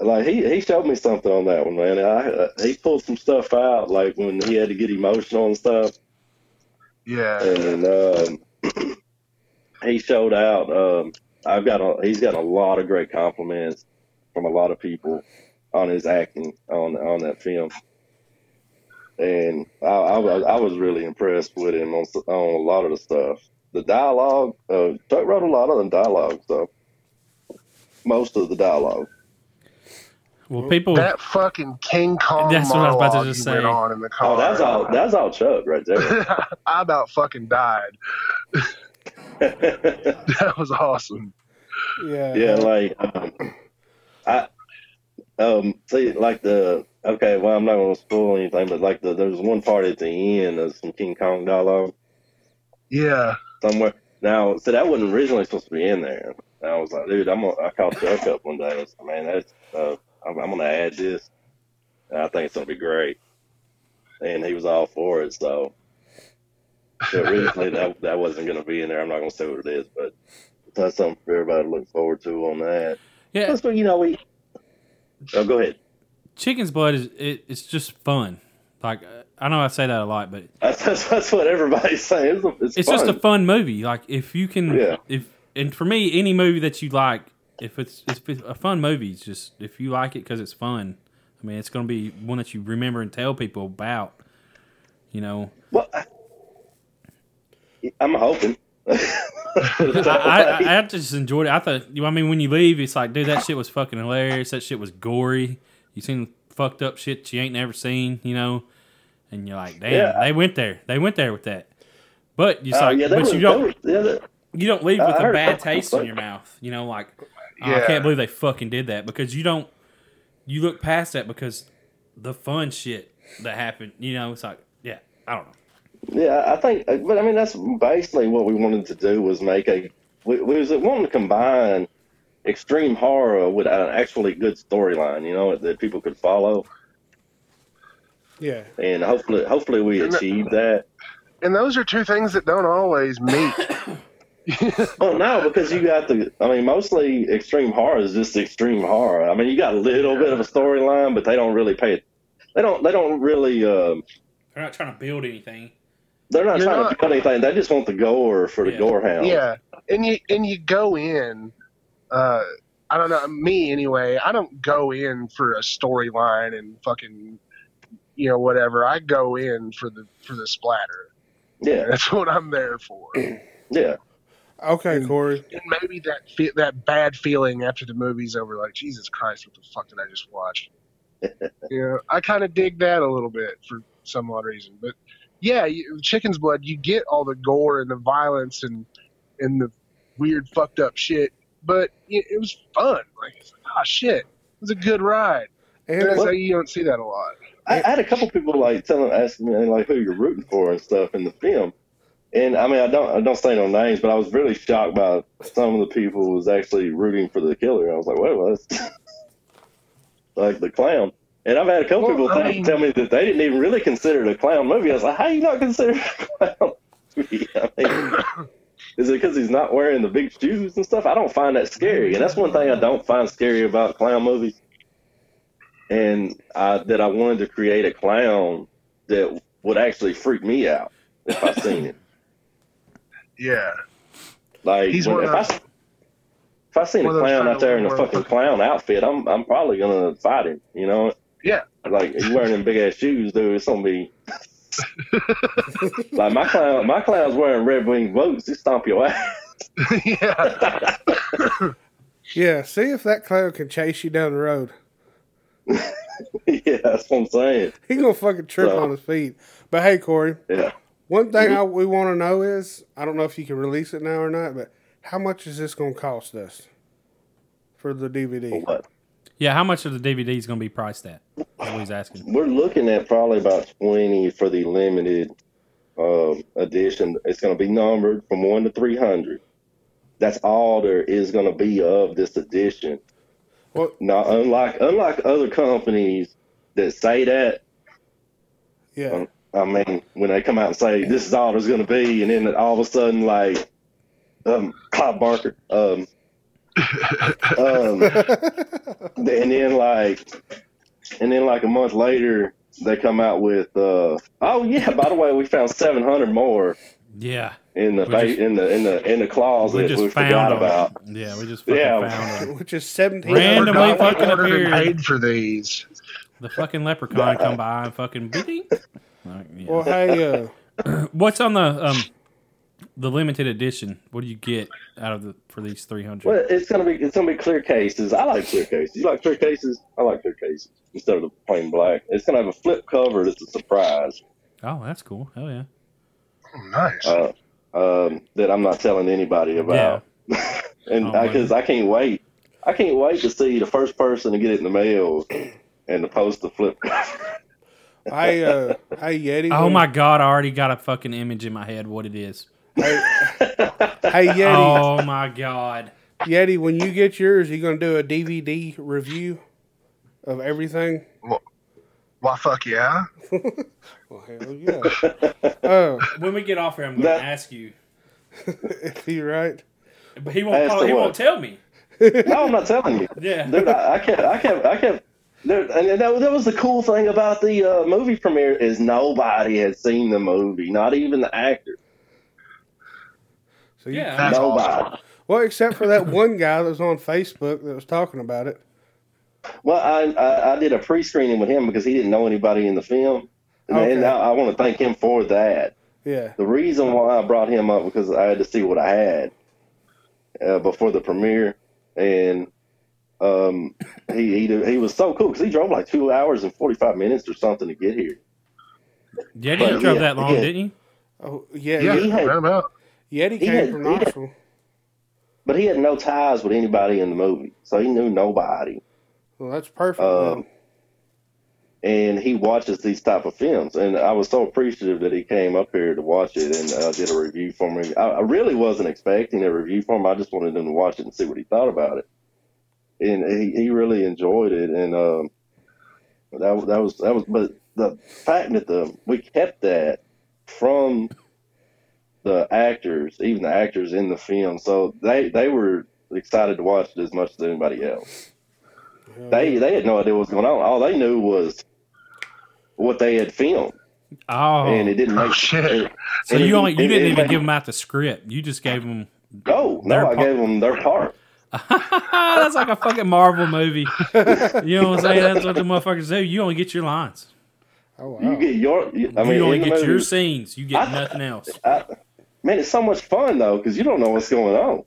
E: like, he, he showed me something on that one, man. I, uh, he pulled some stuff out, like when he had to get emotional and stuff,
C: Yeah.
E: and um, he showed out. Um, I've got a, he's got a lot of great compliments from a lot of people on his acting on on that film, and I, I, was- I was really impressed with him on s- on a lot of the stuff. The dialogue, uh, Chuck wrote a lot of the dialogue, so most of the dialogue.
D: well, people.
C: That fucking King Kong
D: That's what I was
C: monologue
D: about to just
C: he went
D: say.
C: on in the car.
E: Oh, that's all. That's all Chuck right there.
C: I about fucking died. That was awesome.
B: Yeah.
E: yeah, like um, I um see like the okay. Well, I'm not gonna spoil anything, but like the there's one part at the end of some King Kong dialogue
C: Yeah.
D: Oh,
E: somewhere. Now, so that wasn't originally supposed to be in there. And I was like, dude, I'm gonna, I called Chuck up one day. I was like, man, that's uh, I'm, I'm gonna add this. And I think it's gonna be great. And he was all for it. So, so originally that that wasn't gonna be in there. I'm not gonna say what it is, but that's something for everybody to look forward to on that.
D: Yeah,
E: That's what you know we. Oh, go ahead.
D: chicken's blood is it, it's just fun. Like uh, I know I say that a lot, but
E: That's, that's, that's what everybody's saying. It's, it's,
D: it's
E: fun.
D: just a fun movie. Like if you can,
E: Yeah.
D: if and for me, any movie that you like, if it's if it's a fun movie, it's just if you like it because it's fun. I mean, it's gonna be one that you remember and tell people about. You know,
E: Well, I, I'm hoping.
D: I, I, I just enjoyed it. I thought, you know, I mean, when you leave, it's like, dude, that shit was fucking hilarious. That shit was gory. You seen fucked up shit you ain't never seen, you know? And you're like, damn,
E: Yeah.
D: they went there. They went there with that. But you
E: Oh,
D: like,
E: yeah,
D: but
E: that was,
D: you
E: that
D: don't
E: was- yeah, that-
D: you don't leave
E: I-
D: with
E: I
D: a
E: heard
D: bad
E: that was
D: taste in
E: fucked.
D: your mouth. You know, like I
C: Yeah.
D: can't believe they fucking did that because you don't you look past that because the fun shit that happened. You know, it's like yeah, I don't know.
E: Yeah, I think, but I mean, that's basically what we wanted to do was make a. We, we was wanting to combine extreme horror with an actually good storyline, you know, that people could follow,
B: Yeah.
E: and hopefully, hopefully, we
C: And that-
E: achieved that.
C: And those are two things that don't always meet.
E: Well, no, because you got the. I mean, mostly extreme horror is just extreme horror. I mean, you got a little bit of a storyline, but they don't really pay it. They don't. They don't really. Um,
D: They're not trying to build anything.
E: they're not
C: You're
E: trying
C: not-
E: to build anything. They just want the gore for the
D: Yeah.
E: gore hound.
C: yeah, and you and you go in. Uh, I don't know me anyway. I don't go in for a storyline and fucking you know whatever. I go in for the for the splatter.
E: Yeah.
C: That's what I'm there for. and
E: Yeah.
B: Okay, Corey.
C: maybe that fe- that bad feeling after the movie's over, like Jesus Christ, what the fuck did I just watch? you know, I kind of dig that a little bit for some odd reason, but. Yeah, you, chicken's blood. You get all the gore and the violence and and the weird fucked up shit. But it, it was fun. Like, it's like, ah, shit, it was a good ride.
B: And
C: And it's
E: What?
C: like, you don't see that a lot.
E: I, I had a couple people like telling, asking me like who you're rooting for and stuff in the film, and I mean I don't I don't say no names, but I was really shocked by some of the people who was actually rooting for the killer. I was like, well, that's like the clown. And I've had a couple
C: Well,
E: people
C: I
E: think-
C: mean-
E: tell me that they didn't even really consider it a clown movie. I was like, how you not consider it a clown movie? I mean, is it because he's not wearing the big shoes and stuff? I don't find that scary, and that's one thing I don't find scary about clown movies and I, that I wanted to create a clown that would actually freak me out if I seen it.
C: Yeah.
E: Like
C: He's
E: when,
C: one
E: if
C: of
E: I
C: those-
E: s- if I seen a
C: one of those
E: clown
C: kind
E: out
C: of
E: there in a
C: ones where-
E: fucking clown outfit, I'm I'm probably gonna fight him. You know?
C: Yeah.
E: Like you wearing them big ass shoes, dude. It's gonna be like my clown. My clown's wearing red wing boots. He stomp your ass.
C: yeah.
B: Yeah, see if that clown can chase you down the road.
E: yeah, that's what I'm saying.
B: He gonna fucking trip
E: So-
B: on his feet. But hey, Corey,
E: Yeah.
B: one thing I, we want to know is I don't know if you can release it now or not, but how much is this gonna cost us for the
E: But
B: DVD?
E: what?
D: Yeah, how much are the DVDs going to be priced at? That's what he's asking.
E: We're looking at probably about 20 for the limited um, edition. It's going to be numbered from 1 to 300. That's all there is going to be of this edition.
B: Well-
E: Now, unlike unlike other companies that say that,
B: Yeah,
E: I mean, when they come out and say this is all there's going to be, and then all of a sudden, like um, Clive Barker, um, um, and then like, and then like a month later, they come out with, uh, oh yeah, by the way, we found 700 more
D: Yeah,
E: in the
D: We
E: ba-
D: just-
E: in the in the in the closet
D: we
E: we,
D: just found
E: forgot
D: them.
E: about.
D: Yeah, we just fucking
E: Yeah.
D: found them.
B: which is seventeen.
D: Randomly
C: We're not
D: fucking
C: ordered and
D: appeared.
C: paid for these.
D: The fucking leprechaun come by and fucking. Like, yeah.
B: Well, hey, uh,
D: What's on the um the limited edition? What do you get out of the for these three hundred?
E: Well, it's gonna be it's gonna be clear cases. I like clear cases. You like clear cases? I like clear cases instead of the plain black. It's gonna have a flip cover. That's a surprise.
D: Oh, that's cool. Hell yeah.
C: Oh, nice.
E: uh, um, that I'm not telling anybody about. and
D: Oh,
E: I because
D: man.
E: I can't wait, I can't wait to see the first person to get it in the mail and to post the flip.
B: hey, uh, hey, Yeti.
D: Oh
B: when-
D: my god, I already got a fucking image in my head what it is.
B: Hey, hey, Yeti,
D: Oh my god.
B: Yeti. When you get yours, you gonna do a DVD review of everything?
C: Why, fuck yeah.
B: Well, hell yeah. Oh,
D: When we get off here, I'm gonna
E: That-
D: ask you.
B: you right.
D: But he won't
E: Ask
D: call,
E: the
D: he
E: what?
D: won't tell me.
E: no, I'm not telling you,
D: Yeah.
E: dude. I, I kept, I kept, I kept. There, and that, that was the cool thing about the uh, movie premiere is nobody had seen the movie, not even the actor.
B: So you,
D: Yeah.
C: That's
E: nobody.
C: awesome.
B: Well, except for that one guy that was on Facebook that was talking about it.
E: Well, I, I I did a pre-screening with him because he didn't know anybody in the film, and,
B: Okay.
E: and I, I want to thank him for that.
B: Yeah.
E: The reason why I brought him up because I had to see what I had, uh, before the premiere, and um, he he he was so cool because he drove like two hours and forty five minutes or something to get here.
D: Yeah, he
E: But,
D: drove
E: yeah,
D: that long,
E: yeah.
D: didn't
B: Oh yeah,
C: Yeah,
E: he had-
C: right about.
B: Yeti
E: He
B: came
E: had-
B: from
E: he had-
B: Knoxville.
E: But he had no ties with anybody in the movie, so he knew nobody.
B: Well, that's perfect.
E: Um,
B: man.
E: and he watches these type of films. And I was so appreciative that he came up here to watch it and uh, did a review for me. I, I really wasn't expecting a review for him. I just wanted him to watch it and see what he thought about it. And he, he really enjoyed it. And um, that that was that was. But the fact that the we kept that from the actors, even the actors in the film, so they they were excited to watch it as much as anybody else
B: Hell
E: they they had no idea what was going on. All they knew was what they had filmed,
D: he? Oh,
E: and it didn't
C: Oh
E: make
C: shit!
D: so you only you
E: it-
D: didn't
E: it
D: even
E: made-
D: give him out the script. You just gave him.
E: No,
D: their
E: no, I
D: part.
E: gave them their part.
D: That's like a fucking Marvel movie. You know what I'm saying? That's what the motherfuckers do. You only get your lines.
B: oh wow.
E: You get your. I mean,
D: you only
E: in the
D: get your
E: movie-
D: scenes. You get
E: I-
D: nothing else.
E: Man, it's so much fun though because you don't know what's going on.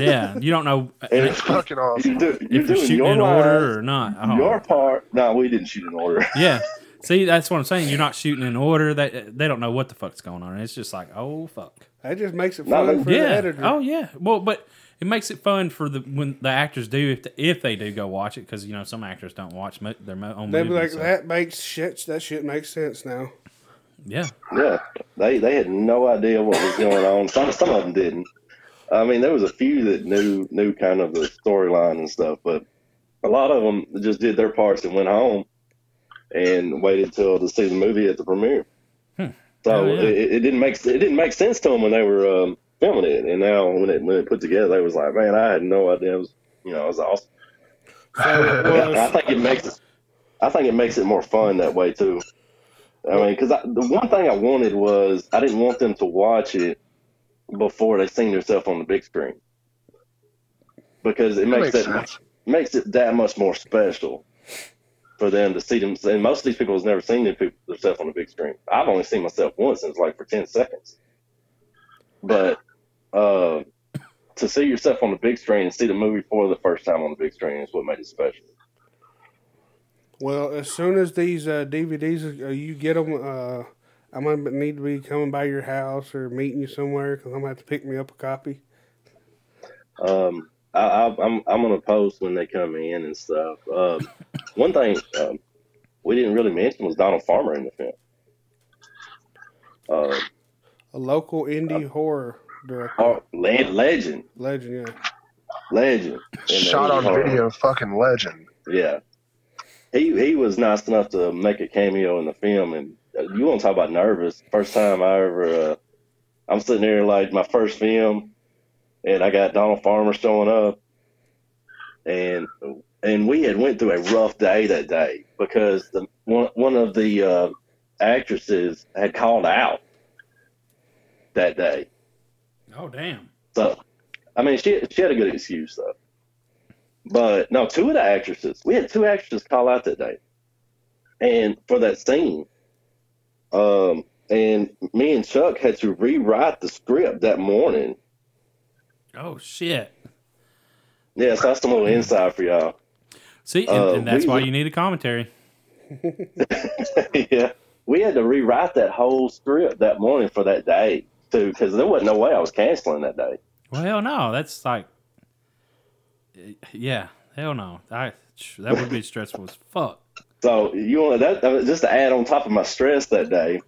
D: yeah, you don't know
E: And
D: if
E: it's
C: Fucking awesome.
E: you do, you're
D: you're
E: doing
D: shooting
E: your
D: in
E: lines,
D: order or oh. not. I don't know.
E: your part. No, we didn't shoot in order.
D: Yeah. See, that's what I'm saying. You're not shooting in order. They they don't know what the fuck's going on. It's just like, oh fuck.
B: That just makes it
E: No,
B: fun
E: they-
B: for the
D: yeah.
B: editor.
D: Oh yeah. Well, but it makes it fun for the when the actors do if the, if they do go watch it because you know some actors don't watch mo- their mo- own
B: They'd be
D: movies.
B: like,
D: so-
B: that makes shit. That shit makes sense now.
D: Yeah.
E: Yeah, they they had no idea what was going on. Some some of them didn't. I mean, there was a few that knew knew kind of the storyline and stuff, but a lot of them just did their parts and went home and waited till to see the movie at the premiere. So
D: Oh, yeah.
E: it, it didn't make it didn't make sense to them when they were um, filming it, and now when it when it put together, they was like, man, I had no idea. It was you know, it was awesome.
B: So,
E: And I
B: well,
E: think it makes it. I think it makes it more fun that way too. I mean, because the one thing I wanted was I didn't want them to watch it before they seen themselves on the big screen because it
C: That
E: makes
C: makes
E: that
C: sense.
E: makes it that much more special for them to see them. And most of these people has never seen their peop- themselves on the big screen. I've only seen myself once, and it's like for ten seconds. But uh, to see yourself on the big screen and see the movie for the first time on the big screen is what made it special.
B: well, as soon as these uh, DVDs, uh, you get them, uh, I'm going to need to be coming by your house or meeting you somewhere because I'm going to have to pick me up a copy.
E: Um, I, I, I'm I'm gonna post when they come in and stuff. Um, one thing um, we didn't really mention was Donald Farmer in the film. Uh,
B: A local indie horror director.
E: oh, le- legend,
B: Legend, yeah.
E: legend. in the
C: Shot on
E: horror.
C: video, fucking legend.
E: Yeah, he he was nice enough to make a cameo in the film, and uh, you want to talk about nervous? First time I ever, uh, I'm sitting there like my first film, and I got Donald Farmer showing up, and and we had went through a rough day that day because the one one of the uh, actresses had called out that day,
D: Oh damn.
E: so, I mean, she she had a good excuse though. But no, two of the actresses. We had two actresses call out that day, and for that scene, um, and me and Chuck had to rewrite the script that morning.
D: Oh shit.
E: Yeah, so that's some little insight for y'all.
D: See, and,
E: Uh,
D: and that's
E: we-
D: why you need a commentary.
E: yeah, we had to rewrite that whole script that morning for that day too, because there wasn't no way I was canceling that day.
D: Well, hell no. That's like, yeah, hell no. I that would be stressful as fuck.
E: So you want that that was just to add on top of my stress that day,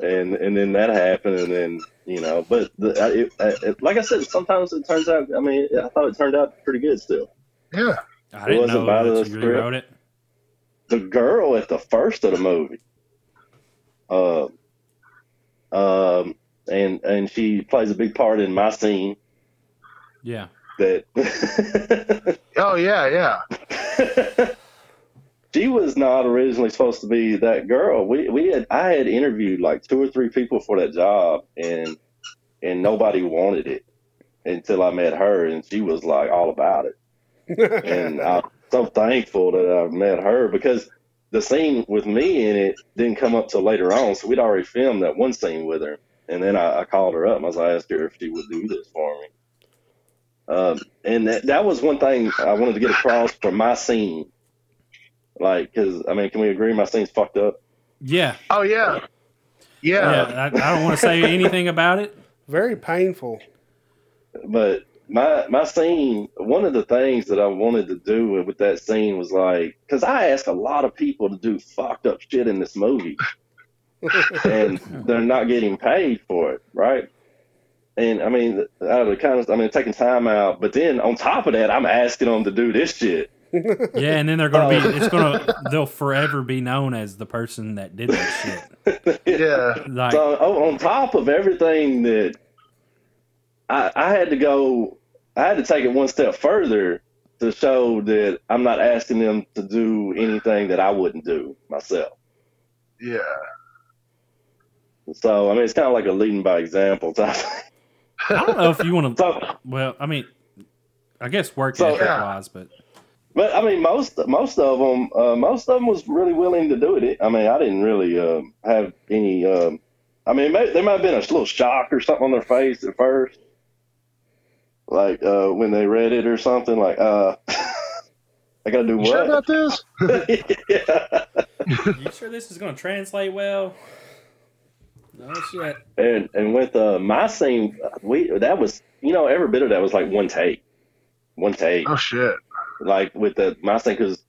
E: and and then that happened, and then you know, but the, I, it, I, it, like I said, sometimes it turns out. I mean, I thought it turned out pretty good still.
C: Yeah.
D: I didn't
E: wasn't
D: know
E: by
D: that
E: the
D: you
E: script.
D: rewrote it.
E: The girl at the first of the movie, um, um, and and she plays a big part in my scene
D: Yeah.
E: that
C: Oh yeah, yeah.
E: she was not originally supposed to be that girl. We we had I had interviewed like two or three people for that job and and nobody wanted it until I met her and she was like all about it. And I'm so thankful that I met her because the scene with me in it didn't come up till later on, so we'd already filmed that one scene with her. And then I, I called her up and I was like, I asked her if she would do this for me. Um, and that, that was one thing I wanted to get across from my scene. Like, because, I mean, can we agree my scene's fucked up?
D: Yeah,
C: Oh yeah, yeah.
D: yeah. I, I don't want to say anything about it.
B: Very painful.
E: but my my scene one of the things that i wanted to do with, with that scene was like because i asked a lot of people to do fucked up shit in this movie and they're not getting paid for it right and i mean out of the kind of i mean taking time out but then on top of that i'm asking them to do this shit
D: Yeah, and then they're gonna
E: Oh.
D: be. It's gonna. They'll forever be known as the person that did that shit.
C: yeah.
D: Like,
E: So oh, on top of everything that I, I had to go, I had to take it one step further to show that I'm not asking them to do anything that I wouldn't do myself.
C: Yeah.
E: So I mean, it's kind of like a leading by example type. thing.
D: I don't know if you want to.
E: So,
D: Well, I mean, I guess work
E: So,
D: ethic
C: yeah.
D: wise, but
E: but I mean, most most of them, uh, most of them was really willing to do it. I mean, I didn't really um, have any. Um, I mean, may, there might have been a little shock or something on their face at first, like uh, when they read it or something. Like, uh, I gotta do
C: You
E: what?
C: sure about this?
E: yeah.
D: you sure this is gonna translate well? No shit.
E: And and with uh, my scene, we that was you know every bit of that was like one take, one take.
C: Oh shit.
E: Like with the my scene because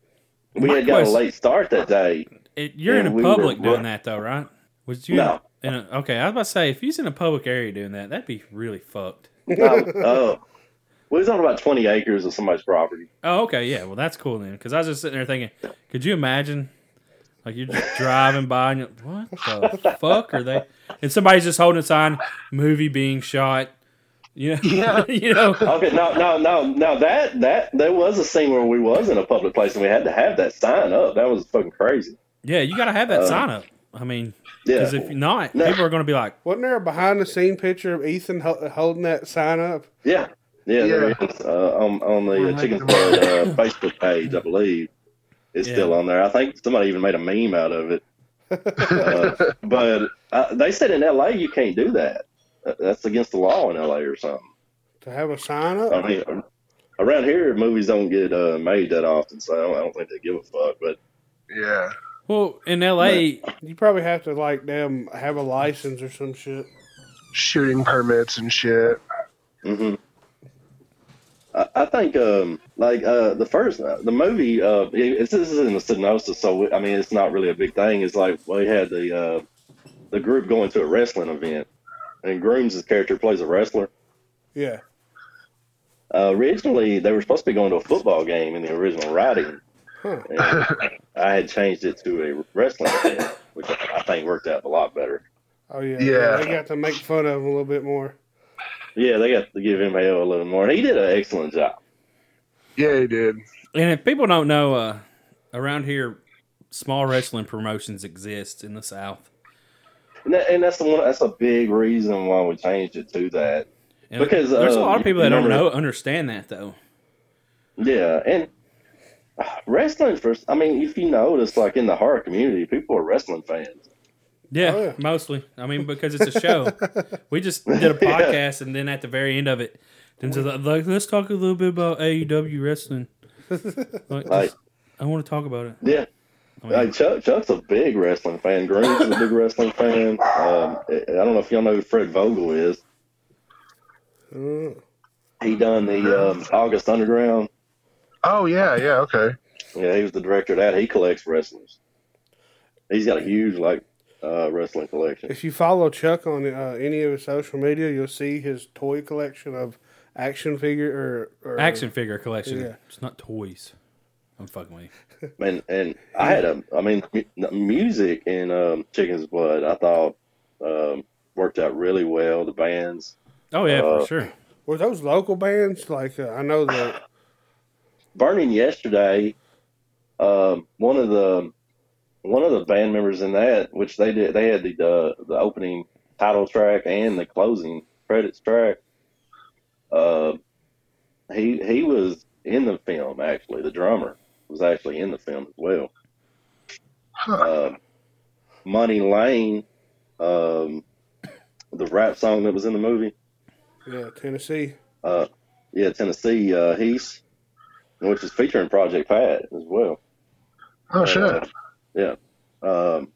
E: we
D: My
E: had got
D: question-
E: a late start that day.
D: It, you're
E: And
D: in a
E: we were
D: public doing
E: ru-
D: that though, right? Was you?
E: No.
D: In a, okay, I was about to say if he's in a public area doing that, that'd be really fucked.
E: No, oh, we was on about twenty acres of somebody's property.
D: Oh, okay, yeah. Well, that's cool then, because I was just sitting there thinking, could you imagine? Like you're just driving by and you're like, what the fuck are they? And somebody's just holding a sign, movie being shot. You know,
C: Yeah.
D: you know.
E: Okay, now now now now that that there was a scene where we was in a public place and we had to have that sign up. That was fucking crazy.
D: Yeah, you got to have that
E: Uh,
D: sign up. I mean,
E: Yeah,
D: because if not,
E: No.
D: people are going to be like,
B: Wasn't there a behind the scene picture of Ethan ho- holding that sign up?
E: yeah, yeah. there
C: Yeah.
E: is, uh, on on
C: We're
E: the uh, Chicken
C: making-
E: Spread uh, Facebook page, I believe, it's
D: Yeah.
E: still on there. I think somebody even made a meme out of it. Uh, but uh, they said in L.A. you can't do that. Uh, That's against the law in L.A. or something.
B: To have a sign up?
E: I mean, around here, movies don't get uh, made that often, so I don't, I don't think they give a fuck. But
C: Yeah.
D: well, in L.A.,
B: You probably have to like damn have a license or some shit.
C: Shooting permits and shit.
E: hmm I, I think, um, like uh, the first the movie, uh, it, it's- this is in the stenosis, so I mean, it's not really a big thing. It's like we had the uh, the group going to a wrestling event, and Grooms' character plays a wrestler.
B: Yeah.
E: Uh, originally, they were supposed to be going to a football game in the original writing.
B: Huh.
E: And I had changed it to a wrestling event, which I think worked out a lot better.
B: Oh yeah.
C: Yeah.
B: They got to make fun of him a little bit more.
E: Yeah, they got to give him hell a little more. And he did an excellent job.
C: Yeah, he did.
D: and if people don't know, uh, around here, small wrestling promotions exist in the South.
E: And, that, and that's the one. That's a big reason why we changed it to that.
D: And
E: Because,
D: there's a
E: uh,
D: lot of people that don't
E: remember-
D: know understand that though.
E: Yeah, and uh, wrestling first. I mean, if you notice, like in the horror community, people are wrestling fans.
D: Yeah,
B: Oh, yeah.
D: mostly. I mean, because it's a show. we just did a
E: Yeah.
D: podcast, and then at the very end of it, then to the, like, let's talk a little bit about AEW wrestling. Like,
E: Like-
D: just- I want to talk about it.
E: Yeah,
D: I mean,
E: like Chuck. Chuck's a big wrestling fan. Green's a big wrestling fan. Um, I I don't know if y'all know who Fred Vogel is.
B: Uh,
E: He done the um, August Underground.
C: Oh yeah. Yeah. Okay.
E: Yeah, he was the director of that. He collects wrestlers. He's got a huge like uh, wrestling collection.
B: if you follow Chuck on uh, any of his social media, you'll see his toy collection of action figure or, or
D: action figure collection.
B: Yeah.
D: It's not toys. I'm fucking with you.
E: And and I had a, I mean, mu- music in um, Chicken's Blood, I thought um, worked out really well. The bands,
D: Oh yeah,
E: Uh,
D: for sure.
B: Were those local bands? Like uh, I know the
E: Burning Yesterday, um, one of the one of the band members in that, which they did, they had the the, the opening title track and the closing credits track. Uh, he he was in the film actually. The drummer was actually in the film as well.
C: Huh.
E: uh, Money Lane, um, the rap song that was in the movie.
B: yeah Tennessee.
E: Uh, yeah, Tennessee, uh, Heath, which is featuring Project Pat as well.
C: Oh
E: Uh,
C: shit!
E: Yeah. Um,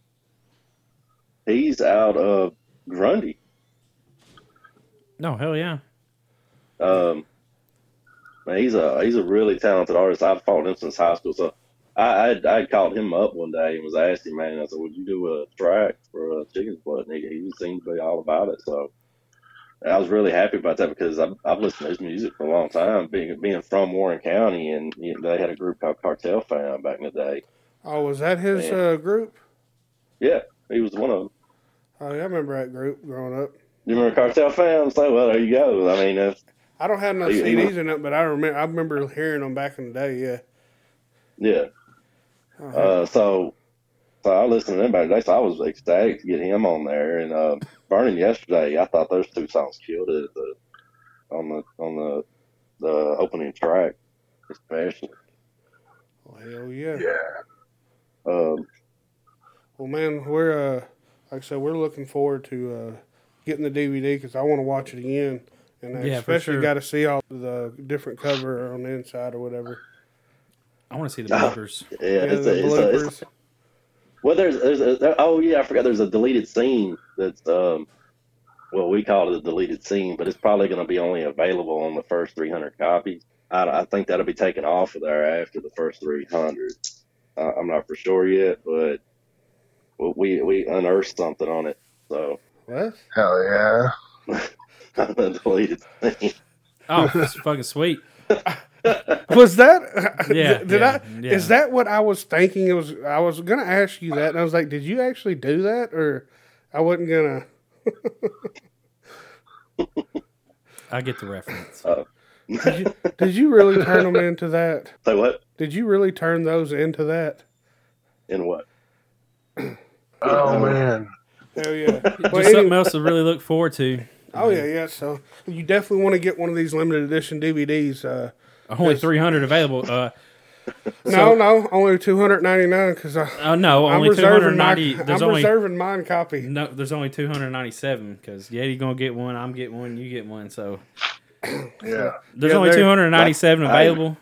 E: he's out of Grundy.
D: No, hell yeah.
E: Um, man, he's a he's a really talented artist. I've followed him since high school, so I I, I called him up one day and was asking, man, I said, would you do a track for uh, Chicken's Blood? And he, he seemed to be all about it. So and I was really happy about that because I've, I've listened to his music for a long time, being being from Warren County, and you know, they had a group called Cartel Found back in the day.
B: Oh, was that his
E: Yeah.
B: uh, group?
E: Yeah, he was one of them.
B: Oh, yeah, I remember that group growing up.
E: You remember Cartel Fam? So well, there you go. I mean, that's,
B: I don't have no
E: Yeah.
B: CDs in it, but I remember I remember hearing them back in the day. Yeah.
E: yeah.
B: Uh-huh.
E: Uh, so, so I listened to him back in the day, so I was ecstatic to get him on there. And uh, Burning yesterday, I thought those two songs killed it at the, on the on the the opening track, especially.
B: Well, hell yeah.
C: Yeah.
E: Um,
B: Well, man, we're uh, like I said, we're looking forward to uh, getting the DVD because I want to watch it again, and I
D: Yeah, for
B: especially
D: sure.
B: got to see all the different cover on the inside or whatever.
D: I want to see the
E: Ah.
D: bloopers.
E: yeah,
B: Yeah,
E: it's,
B: the
E: a, it's, a, it's
B: bloopers.
E: well, there's there's a, there, oh yeah, I forgot. There's a deleted scene that's um, well, we call it a deleted scene, but it's probably going to be only available on the first 300 copies. I, I think that'll be taken off of there after the first 300. Uh, I'm not for sure yet, but well, we we unearthed something on it, so
B: What?
C: Hell yeah!
E: the deleted scene.
D: Oh, that's fucking sweet.
B: Was that?
D: Yeah,
B: Did
D: yeah,
B: I?
D: yeah.
B: Is that what I was thinking? It was. I was gonna ask you that, and I was like, "Did you actually do that?" Or I wasn't gonna.
D: I get the reference.
E: Uh,
B: Did you, did you really turn them into that?
E: Say what?
B: Did you really turn those into that?
E: In what?
C: Oh man!
B: Hell yeah! Well,
D: Just something
B: any-
D: else to really look forward to.
B: oh yeah, yeah. So you definitely want to get one of these limited edition DVDs. Uh,
D: Only 300 available. Uh,
B: no, no, only two hundred ninety nine because I'm
D: oh no, only
B: reserving my
D: 290.
B: I'm
D: There's only
B: reserving mine copy.
D: no, there's only 297 because Yeti gonna get one, I'm getting one, you get one. So
C: Yeah.
D: there's
B: Yeah,
D: only
B: there-
D: 297
E: I-
D: available.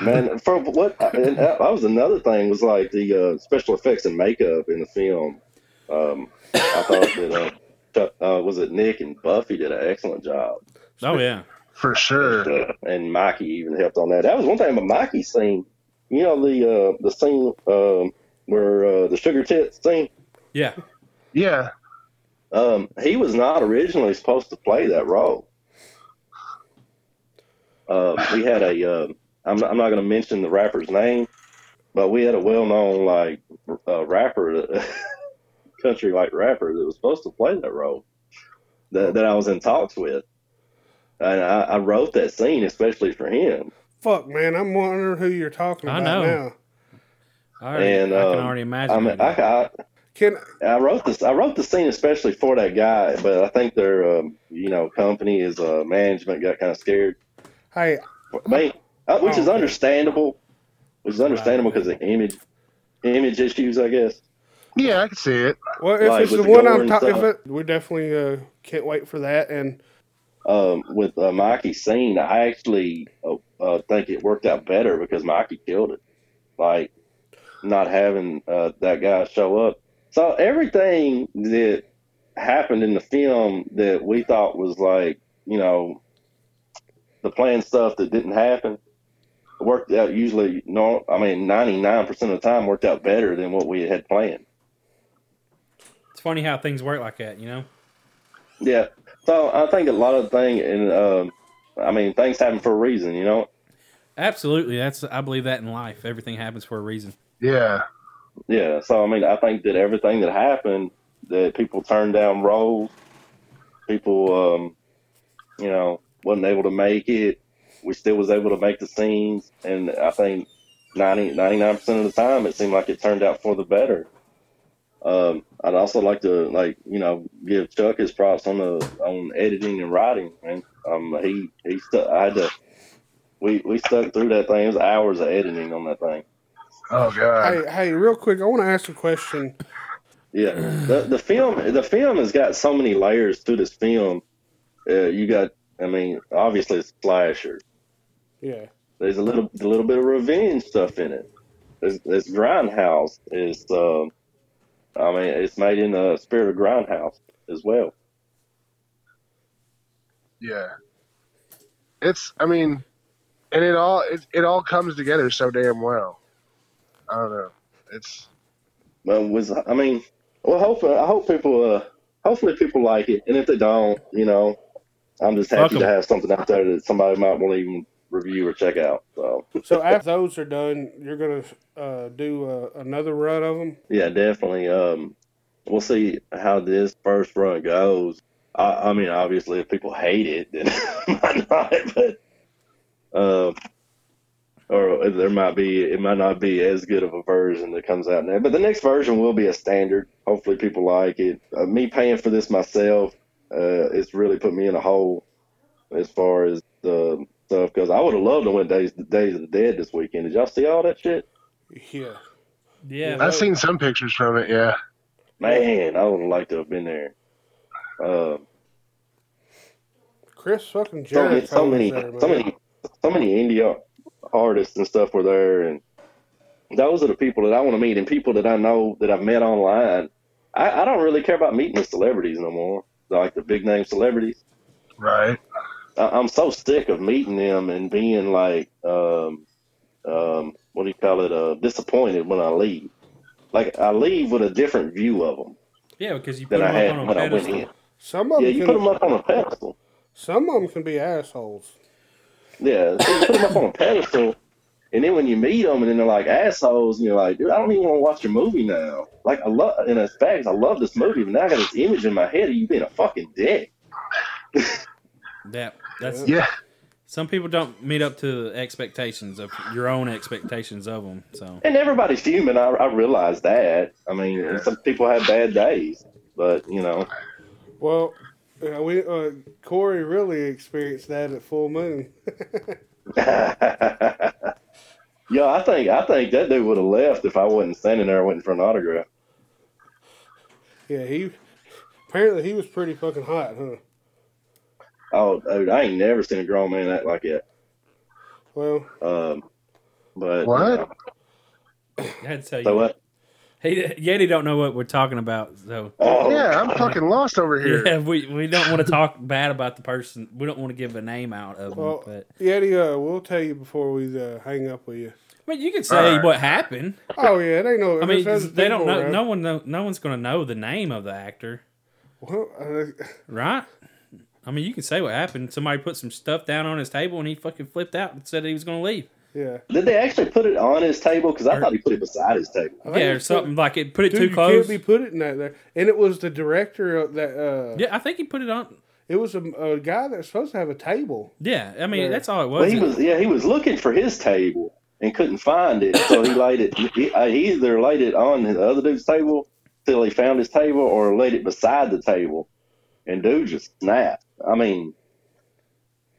E: Man, for what? And that that was another thing was like the uh, special effects and makeup in the film. Um, I thought that uh, Chuck- uh, was it Nick and Buffy did an excellent job,
D: oh yeah,
C: For sure.
E: Uh, and Mikey even helped on that. That was one thing about Mikey's scene. You know the uh, the scene um, where uh, the sugar tits scene.
D: yeah.
C: Yeah.
E: Um, he was not originally supposed to play that role. Um, we had a, uh, I'm not, I'm not going to mention the rapper's name, but we had a well-known like r- uh, rapper, country like rapper that was supposed to play that role that, that I was in talks with. And I, I wrote that scene especially for him.
B: Fuck, man, I'm wondering who you're talking
D: I
B: about
D: know.
B: now.
D: I, already,
E: And,
D: I can
E: um,
D: already imagine.
E: I mean,
D: it.
E: I, I,
B: Can
E: I wrote this. I wrote the scene especially for that guy, but I think their, um, you know, company is uh, management got kind of scared.
B: hey,
E: Man, uh, which is
B: Oh.
E: understandable. Which is understandable because of image image issues, I guess.
C: Yeah, I can see it.
B: well, if
E: Like,
B: it's the
E: with the
B: one
E: gore
B: I'm
E: and
B: talking,
E: stuff.
B: it we definitely uh, can't wait for that. And
E: Um, with uh, Mikey scene, I actually uh, uh, think it worked out better because Mikey killed it. Like not having uh, that guy show up. So everything that happened in the film that we thought was like you know the planned stuff that didn't happen worked out usually no i mean 99% of the time worked out better than what we had planned
D: it's funny how things work like that, you know.
E: Yeah. So I think a lot of thing, and um, I mean, things happen for a reason, you know.
D: Absolutely, that's I believe that in life, everything happens for a reason.
C: Yeah.
E: Yeah. So I mean, I think that everything that happened, that people turned down roles, people, um, you know, wasn't able to make it. We still was able to make the scenes, and I think 99 percent of the time, it seemed like it turned out for the better. Um, I'd also like to like you know give Chuck his props on the on editing and writing. Man, um, he he stuck. I had to. We we stuck through that thing. It was hours of editing on that thing.
C: Oh god.
B: hey, hey, real quick, I want to ask a question.
E: Yeah, the the film the film has got so many layers to this film. Uh, you got I mean, obviously it's slasher.
B: Yeah.
E: There's a little a little bit of revenge stuff in it. This, this Grindhouse is, uh, I mean, it's made in the spirit of Grindhouse as well.
C: Yeah. It's I mean, and it all it, it all comes together so damn well. I don't know. It's
E: But was I mean, well, hopefully, I hope people, uh, hopefully people like it, and if they don't, you know, I'm just
D: Fuck
E: happy
D: 'em.
E: to have something out there that somebody might want to even review or check out. So
B: So after those are done, you're gonna uh, do uh, another run of them.
E: yeah, definitely. Um, we'll see how this first run goes. I, I mean, obviously, if people hate it, then might not, but. Um, or there might be it might not be as good of a version that comes out now. But the next version will be a standard. Hopefully, people like it. Uh, me paying for this myself, uh, it's really put me in a hole as far as the stuff because I would have loved to win Days Days of the Dead this weekend. Did y'all see all that shit?
B: Yeah.
D: Yeah.
C: I've seen some pictures from it, yeah.
E: Man, I would have liked to have been there. Uh,
B: Chris fucking
E: so many,
B: Jared.
E: so many,
B: there, man.
E: so many, so many indie ar- artists and stuff were there, and those are the people that I want to meet, and people that I know that I've met online. I, I don't really care about meeting the celebrities no more, like the big name celebrities.
C: Right.
E: I, I'm so sick of meeting them and being like, um, um, what do you call it, uh, disappointed when I leave. Like I leave with a different view of them
D: Yeah, because you put
E: than I
D: them up on
E: had
D: a
E: when I went in.
D: pedestal.
B: Some of
E: Yeah,
B: them
E: you
B: can,
E: put them up on a pedestal.
B: some of them can be assholes.
E: Yeah, so you put them up on a pedestal, and then when you meet them, and then they're like assholes, and you're like, dude, I don't even want to watch your movie now. Like, I love, in as fact, I love this movie, but now I got this image in my head of you being a fucking dick.
D: That that's
C: Yeah.
D: some people don't meet up to expectations of your own expectations of them. So
E: And everybody's human. I, I realize that. I mean, and some people have bad days, but you know,
B: Well, uh, we uh, Corey really experienced that at full moon.
E: yeah, I think I think that dude would have left if I wasn't standing there waiting for an autograph.
B: yeah, he apparently he was pretty fucking hot, huh?
E: Oh, dude, I ain't never seen a grown man act like that.
B: Well,
E: Um, but you
C: What?
E: know,
D: I had to tell you,
E: so uh, what?
D: he Yeti don't know what we're talking about. So
E: Oh,
C: Yeah, I'm fucking lost over here.
D: yeah, we, we don't want to talk bad about the person. We don't want to give a name out of them.
B: well,
D: But
B: Yeti, uh, we'll tell you before we uh, hang up with you.
D: I mean, you could say
C: Alright.
D: what happened.
B: Oh yeah, it ain't no.
D: I mean,
B: there's
D: they don't
B: people
D: know.
B: around.
D: No one know, No one's going to know the name of the actor,
B: Well, uh,
D: right? I mean, you can say what happened. Somebody put some stuff down on his table, and he fucking flipped out and said he was going to leave.
B: yeah.
E: Did they actually put it on his table? Because I thought he put it beside his table.
B: I think
D: Yeah, or
B: it's put-
D: something like it. Put it
B: Dude,
D: too
B: you
D: close.
B: can't be putting that there. And it was the director of that. Uh,
D: yeah, I think he put it on.
B: It was a, a guy that's supposed to have a table.
D: Yeah, I mean
B: Yeah.
D: that's all it
E: Well,
D: was.
E: he was yeah, he was looking for his table and couldn't find it, so he laid it. He, uh, he either laid it on the other dude's table till he found his table, or laid it beside the table, and dude just snapped. I mean,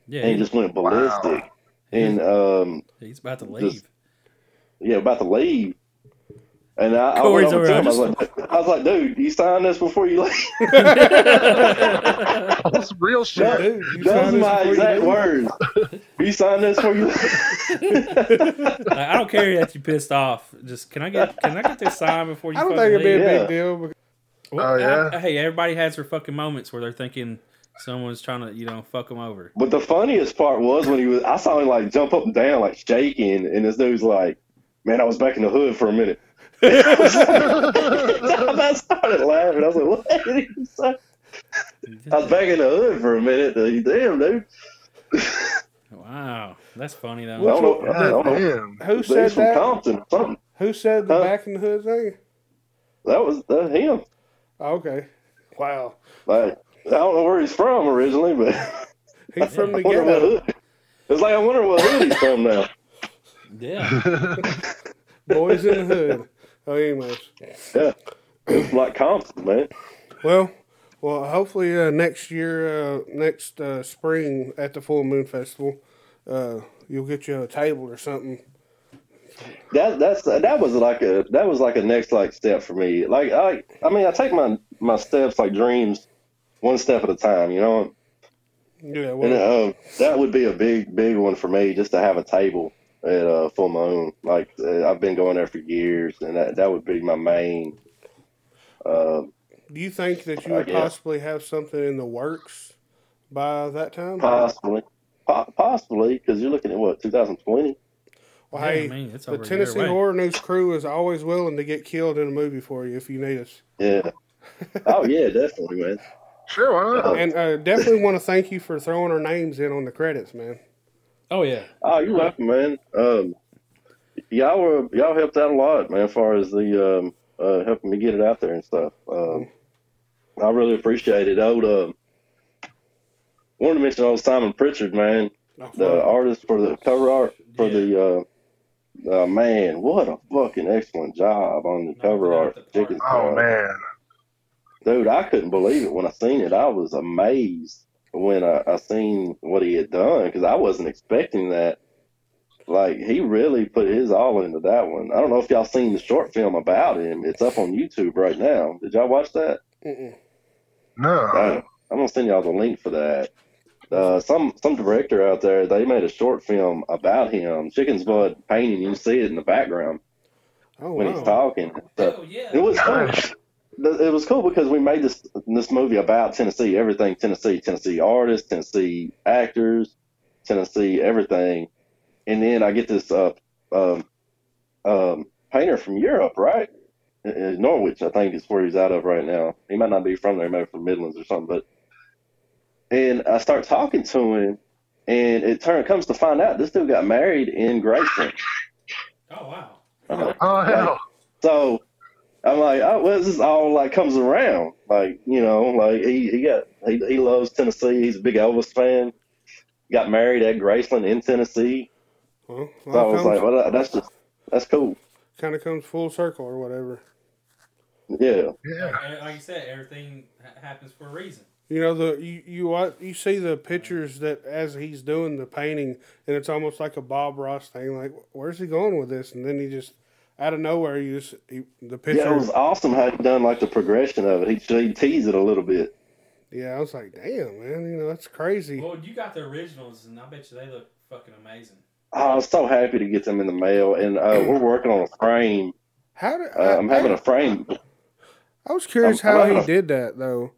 D: yeah,
E: and he
D: he,
E: just went ballistic. And um,
D: he's about to leave.
E: just- yeah, about to leave. And I, I
D: Corey's
E: went over to him. I was,
D: alright.
E: like, I was like, dude, you signed this before you leave.
C: That's real
E: That-
C: shit.
B: you
E: Those
B: signed
E: are
B: this
E: my
B: before you
E: exact
B: leave?
E: words. You signed this before you leave.
D: Like, I don't care that you pissed off. Just can I get can I get this sign before you?
B: I don't
D: fucking
B: think it'd be
D: leave?
B: a
E: Yeah.
B: big deal. Because,
D: Well,
C: Oh,
D: I-
C: yeah?
D: I- hey, everybody has their fucking moments where they're thinking someone's trying to you know fuck them over.
E: But the funniest part was when he was, I saw him like jump up and down, like shaking, and this dude's like, "Man, I was back in the hood for a minute." I started laughing. I was like, "What did he say?" I was back in the hood for a minute. Damn, dude.
D: Wow, that's funny
E: I
D: though.
E: don't know. I
C: God
E: don't know.
C: damn.
B: who
E: Dude, he's
B: said
E: from
B: that?
E: Compton. or Something.
B: Who said the
E: Huh?
B: back in the hood thing?
E: That was uh, him.
B: Oh, okay. Wow.
E: Like, I don't know where he's from originally, but
B: He's from
E: I
B: the
E: wonder what
B: ghetto.
E: hood. It's like I wonder what hood he's from now.
D: Yeah,
B: Boys in the hood. Oh, anyways.
E: Yeah, it's like Compton, man.
B: Well, well, hopefully uh, next year, uh, next uh, spring at the Full Moon Festival, uh, you'll get you a table or something.
E: that that's that was like a that was like a next like step for me. Like I I mean I take my my steps like dreams one step at a time. You know,
B: Yeah,
E: And
B: well,
E: uh, that would be a big, big one for me just to have a table at uh, Full Moon. Like uh, I've been going there for years, and that, that would be my main. Uh,
B: do you think that you
E: I
B: would
E: guess.
B: possibly have something in the works by that time?
E: possibly, po- possibly, because you're looking at what 2020.
B: Well,
D: Yeah,
B: hey,
D: I mean, it's
B: the
D: over a year
B: Tennessee
D: away.
B: Horror News crew is always willing to get killed in a movie for you if you need us.
E: Yeah. oh yeah, definitely, man.
C: Sure, why
E: Oh.
C: not?
B: And uh, definitely want to thank you for throwing our names in on the credits, man.
D: Oh yeah,
E: Oh, you're welcome, man. Um, y'all were y'all helped out a lot, man, as far as the um, uh, helping me get it out there and stuff. Um, I really appreciate it. Old um, wanted to mention old Simon Pritchard, man,
B: Oh,
E: the uh,
B: fuck.
E: artist for the cover art for the. Uh, uh, man, what a fucking excellent job on the cover
D: out
E: art.
D: the park.
E: Chicken's
C: Oh
E: Heart.
C: man,
E: Dude, I couldn't believe it when I seen it. I was amazed when I, I seen what he had done because I wasn't expecting that. Like he really put his all into that one. I don't know if y'all seen the short film about him. It's up on YouTube right now. Did y'all watch that?
B: Mm-mm.
C: no.
E: Uh, I'm gonna send y'all the link for that. Uh, some some director out there, they made a short film about him. Chicken's Blood painting. You can see it in the background
B: Oh,
E: when he's
B: wow.
E: talking. and stuff. It
D: Oh, yeah.
E: was cool.
C: Nice.
E: Th- it was cool because we made this this movie about Tennessee, everything Tennessee, Tennessee artists, Tennessee actors, Tennessee everything, and then I get this uh, um, um, painter from Europe, right? Uh, uh, Norwich, I think, is where he's out of right now. He might not be from there, maybe from Midlands or something. But and I start talking to him, and it turn comes to find out this dude got married in Grayson.
D: Oh wow.
E: Uh-huh.
C: Oh hell,
E: So I'm like, oh, well, this is all like comes around. Like, you know, like he, he got, he, he loves Tennessee. He's a big Elvis fan. Got married at Graceland in Tennessee.
B: Well,
E: So I was like,
B: comes,
E: well, that's just, that's cool.
B: kind of comes full circle or whatever.
E: Yeah.
C: yeah.
D: Like, like you said, everything ha- happens for a reason.
B: You know the you you wa- you see the pictures that as he's doing the painting, and it's almost like a Bob Ross thing. Like, where's he going with this? And then he just out of nowhere, you just he, the picture.
E: Yeah, it was awesome how he done like the progression of it. He, he teased it a little bit.
B: yeah, I was like, damn, man, you know that's crazy.
D: Well, you got the originals, and I bet you they look fucking amazing.
E: I was so happy to get them in the mail, and uh, we're working on a frame.
B: How did
E: Uh, I'm
B: I,
E: having a frame.
B: I was curious
E: I'm-
B: how
E: I'm-
B: he did that though.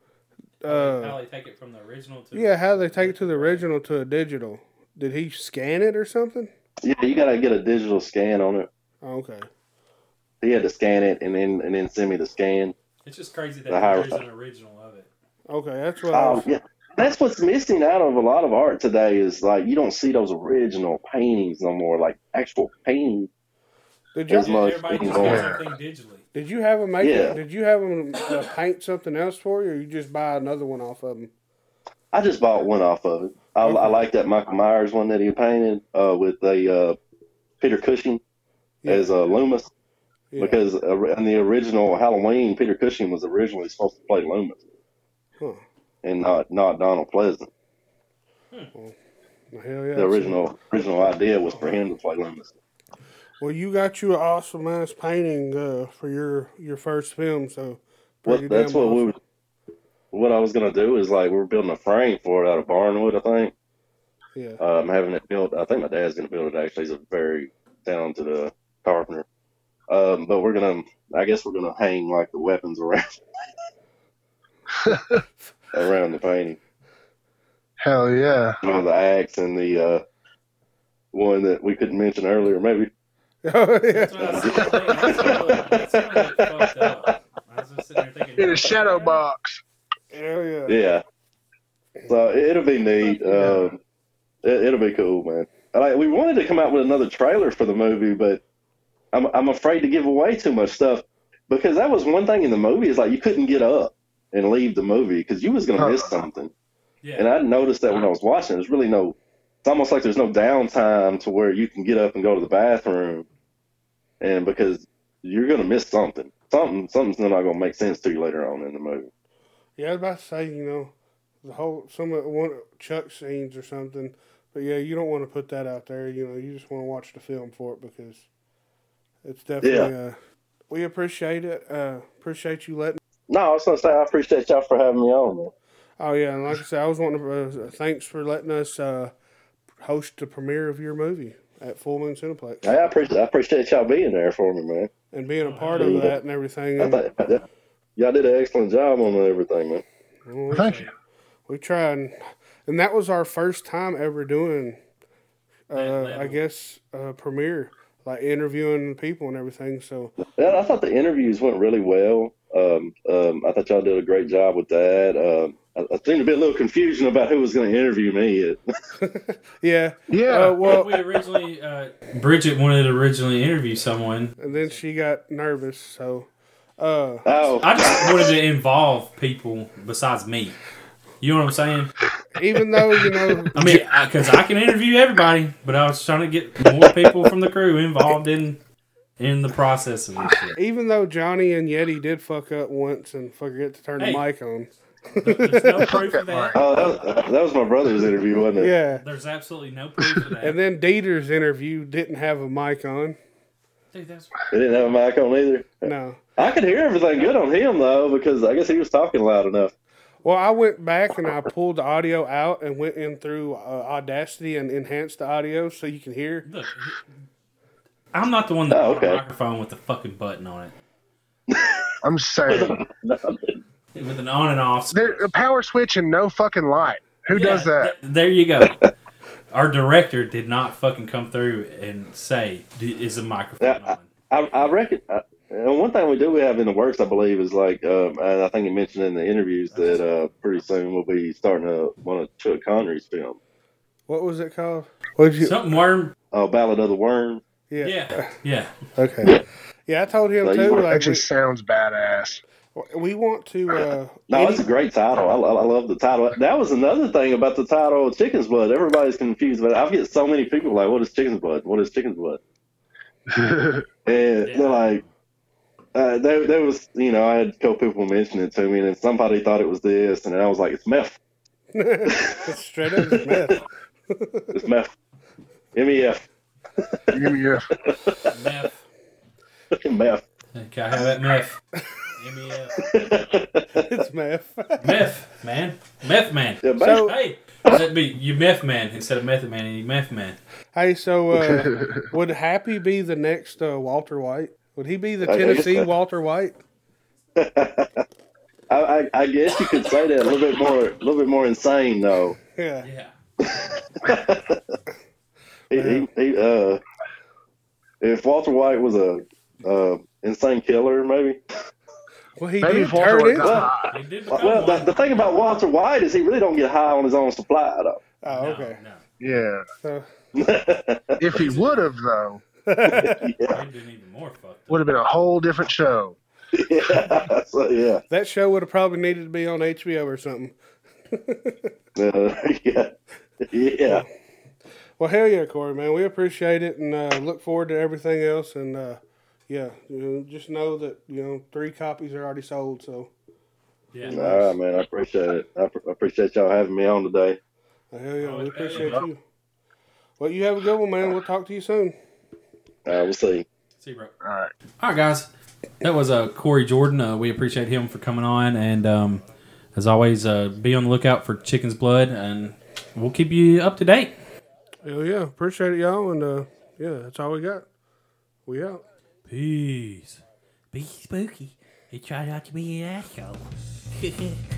D: how
B: Uh,
D: they take it from the original to
B: yeah, how they take it to the original to a digital? Did he scan it or something?
E: Yeah, you gotta get a digital scan on it.
B: Oh, okay,
E: He had to scan it and then and then send me the scan.
D: It's just crazy that
E: The high-
D: there's an original of it.
B: okay, that's what. I
E: Oh
B: was,
E: yeah, that's what's missing out of a lot of art today is like you don't see those original paintings no more, like actual paintings.
B: Did
E: As
B: you
E: much
D: Everybody just
E: anymore.
D: does everything digitally.
B: did you have him make?
E: Yeah.
B: It, did you have him uh, paint something else for you, or you just buy another one off of him?
E: I just bought one off of it. I, I like that Michael Myers one that he painted uh, with a uh, Peter Cushing
B: Yeah.
E: as uh, Loomis
B: Yeah.
E: because uh, in the original Halloween, Peter Cushing was originally supposed to play Loomis
B: Huh.
E: and not not Donald Pleasant.
B: Well, Hell yeah.
E: The original original idea was for him to play Loomis.
B: Well, you got you an awesome ass painting uh, for your your first film, so pretty
E: What, that's
B: damn
E: what we
B: awesome.
E: were, what I was gonna do is like we're building a frame for it out of barnwood, I think.
B: yeah.
E: um, having it built. I think my dad's going to build it. Actually, he's a very talented uh, carpenter. Um, but we're gonna, I guess, we're gonna hang like the weapons around around the painting.
C: hell yeah.
E: You know, the axe and the uh, one that we couldn't mention earlier. Maybe
B: Oh, yeah.
D: That's what I was sitting there thinking. That's gonna look- that's gonna look fucked up. I was just sitting there thinking.
C: In a shadow box.
B: Hell yeah.
E: yeah. So it- it'll be neat. Um, it, it'll be cool, man. And, Like, we wanted to come out with another trailer for the movie, but I'm I'm afraid to give away too much stuff because that was one thing in the movie is like you couldn't get up and leave the movie because you was gonna miss something. And
D: Yeah.
E: I noticed that when I was watching, there's really no. It's almost like there's no downtime to where you can get up and go to the bathroom, and because you're gonna miss something, something something's not gonna make sense to you later on in the movie.
B: Yeah, I was about to say, you know, the whole some of one Chuck scenes or something. But yeah, you don't want to put that out there. You know, you just want to watch the film for it because it's definitely. Uh, we appreciate it. Uh, appreciate you letting.
E: No, I was gonna say I appreciate y'all for having me on. Man.
B: Oh yeah, and like I said, I was wanting to uh, thanks for letting us uh, host the premiere of your movie at Full Moon Cineplex
E: I appreciate I appreciate y'all being there for me, man.
B: and being a part of that and everything.
E: I
B: And,
E: thought y'all did an excellent job on everything, man.
B: Well,
C: Thank you.
B: We tried, and, and that was our first time ever doing,
D: That
B: uh,
D: level.
B: I guess, uh, premiere like interviewing people and everything. So
E: Yeah, I thought the interviews went really well. Um, um, I thought y'all did a great job with that. Um, I, I seemed to be a little confusion about who was going to interview me.
B: yeah,
C: Yeah.
B: Uh, well,
D: we originally uh, Bridget wanted to originally interview someone.
B: and then she got nervous. So, uh,
E: Oh,
D: I just wanted to involve people besides me. You know what I'm saying?
B: even though you know,
D: I mean, because I, can interview everybody, but I was trying to get more people from the crew involved in in the process of this shit.
B: even though Johnny and Yeti did fuck up once and forget to turn
D: Hey.
B: the mic on.
D: There's no proof of
C: Mark.
D: that.
E: oh that, was, that was my brother's interview, wasn't it?
B: Yeah,
D: There's absolutely no proof of
B: and
D: that.
B: then Dieter's interview didn't have a mic on.
D: Dude, that's
E: They didn't have a mic on either.
B: No.
E: I could hear everything good on him though, because I guess he was talking loud enough.
B: Well, I went back and I pulled the audio out and went in through uh, Audacity and enhanced the audio so you can hear.
D: Look, I'm not the one that
E: Oh,
D: bought a
E: okay.
D: microphone with the fucking button on
C: I'm saying
D: it, with an on and off.
C: there a power switch and no fucking light. Who does
D: Yeah,
C: that?
D: th- there you go. Our director did not fucking come through and say, "D- "Is the microphone
E: Yeah,
D: on?"
E: I, I reckon. I, and one thing we do we have in the works, I believe, is like, um, and I think you mentioned in the interviews that uh, pretty soon we'll be starting a, one of Chuck Connery's film,
B: What was it called? What you?
D: Something worm.
E: uh, Ballad of the Worm.
B: yeah.
D: Yeah, yeah.
B: Okay. Yeah, I told him
E: So you
B: too.
E: want-
B: Like
C: That just sounds badass.
B: we, we want to. Uh,
E: No,
B: any-
E: it's a great title. I, lo- I love the title. That was another thing about the title, Chicken's Blood. Everybody's confused, but I get so many people like, "What is Chicken's Blood? What is Chicken's Blood?" And
D: Yeah.
E: they're like, uh, there, there was, you know, I had a couple people mention it to me, and then somebody thought it was this, and I was like, "It's meth.
B: it's straight up meth.
E: It's meth. E M-E-F.
C: Give me a-
D: Meth.
E: meth."
D: Can I have that meth? M-E-F.
B: It's meth.
D: Meth man. Meth man.
E: Yeah,
B: So-
D: Hey, that'd be you meth man instead of method man. You meth man.
B: hey, so uh, would Happy be the next uh, Walter White? Would he be the
E: I guess
B: Tennessee
E: so.
B: Walter White?
E: I, I, I guess you could say that a little bit more, a little bit more insane though.
B: Yeah.
D: Yeah.
E: He, he, he, uh, if Walter White was a uh, insane killer, maybe.
B: Well, he
C: Maybe
B: did
C: if Walter
B: turn
C: White
B: it.
C: got
E: Well,
C: high.
D: He did become
E: Well, the,
D: one.
E: the thing about Walter White is he really don't get high on his own supply though.
B: Oh,
D: No,
B: okay.
D: No,
C: Yeah.
B: So,
C: If he would have though,
E: Yeah,
D: he did even more fucked
C: would
D: up.
C: have been a whole different show.
E: yeah, so, yeah,
B: that show would have probably needed to be on HBO or something.
E: Uh, yeah, yeah.
B: Well, hell yeah, Corey, man. We appreciate it and uh, look forward to everything else. And uh, yeah, you know, just know that you know three copies are already sold. So
D: Yeah.
E: All right, man. I appreciate it. I pr- appreciate y'all having me on today.
B: uh, hell yeah,
D: Oh,
B: we
D: yeah.
B: appreciate you. Well, you have a good one, man. We'll talk to you soon.
E: All right, Uh, we'll see.
D: See, bro.
C: All right.
D: All right, guys. That was uh, Corey Jordan. Uh, we appreciate him for coming on. And um, as always, uh, be on the lookout for Chicken's Blood, and we'll keep you up to date.
B: Hell yeah, appreciate it, y'all. And uh, yeah, that's all we got. We out.
D: Peace. Be spooky. And try not to be an asshole.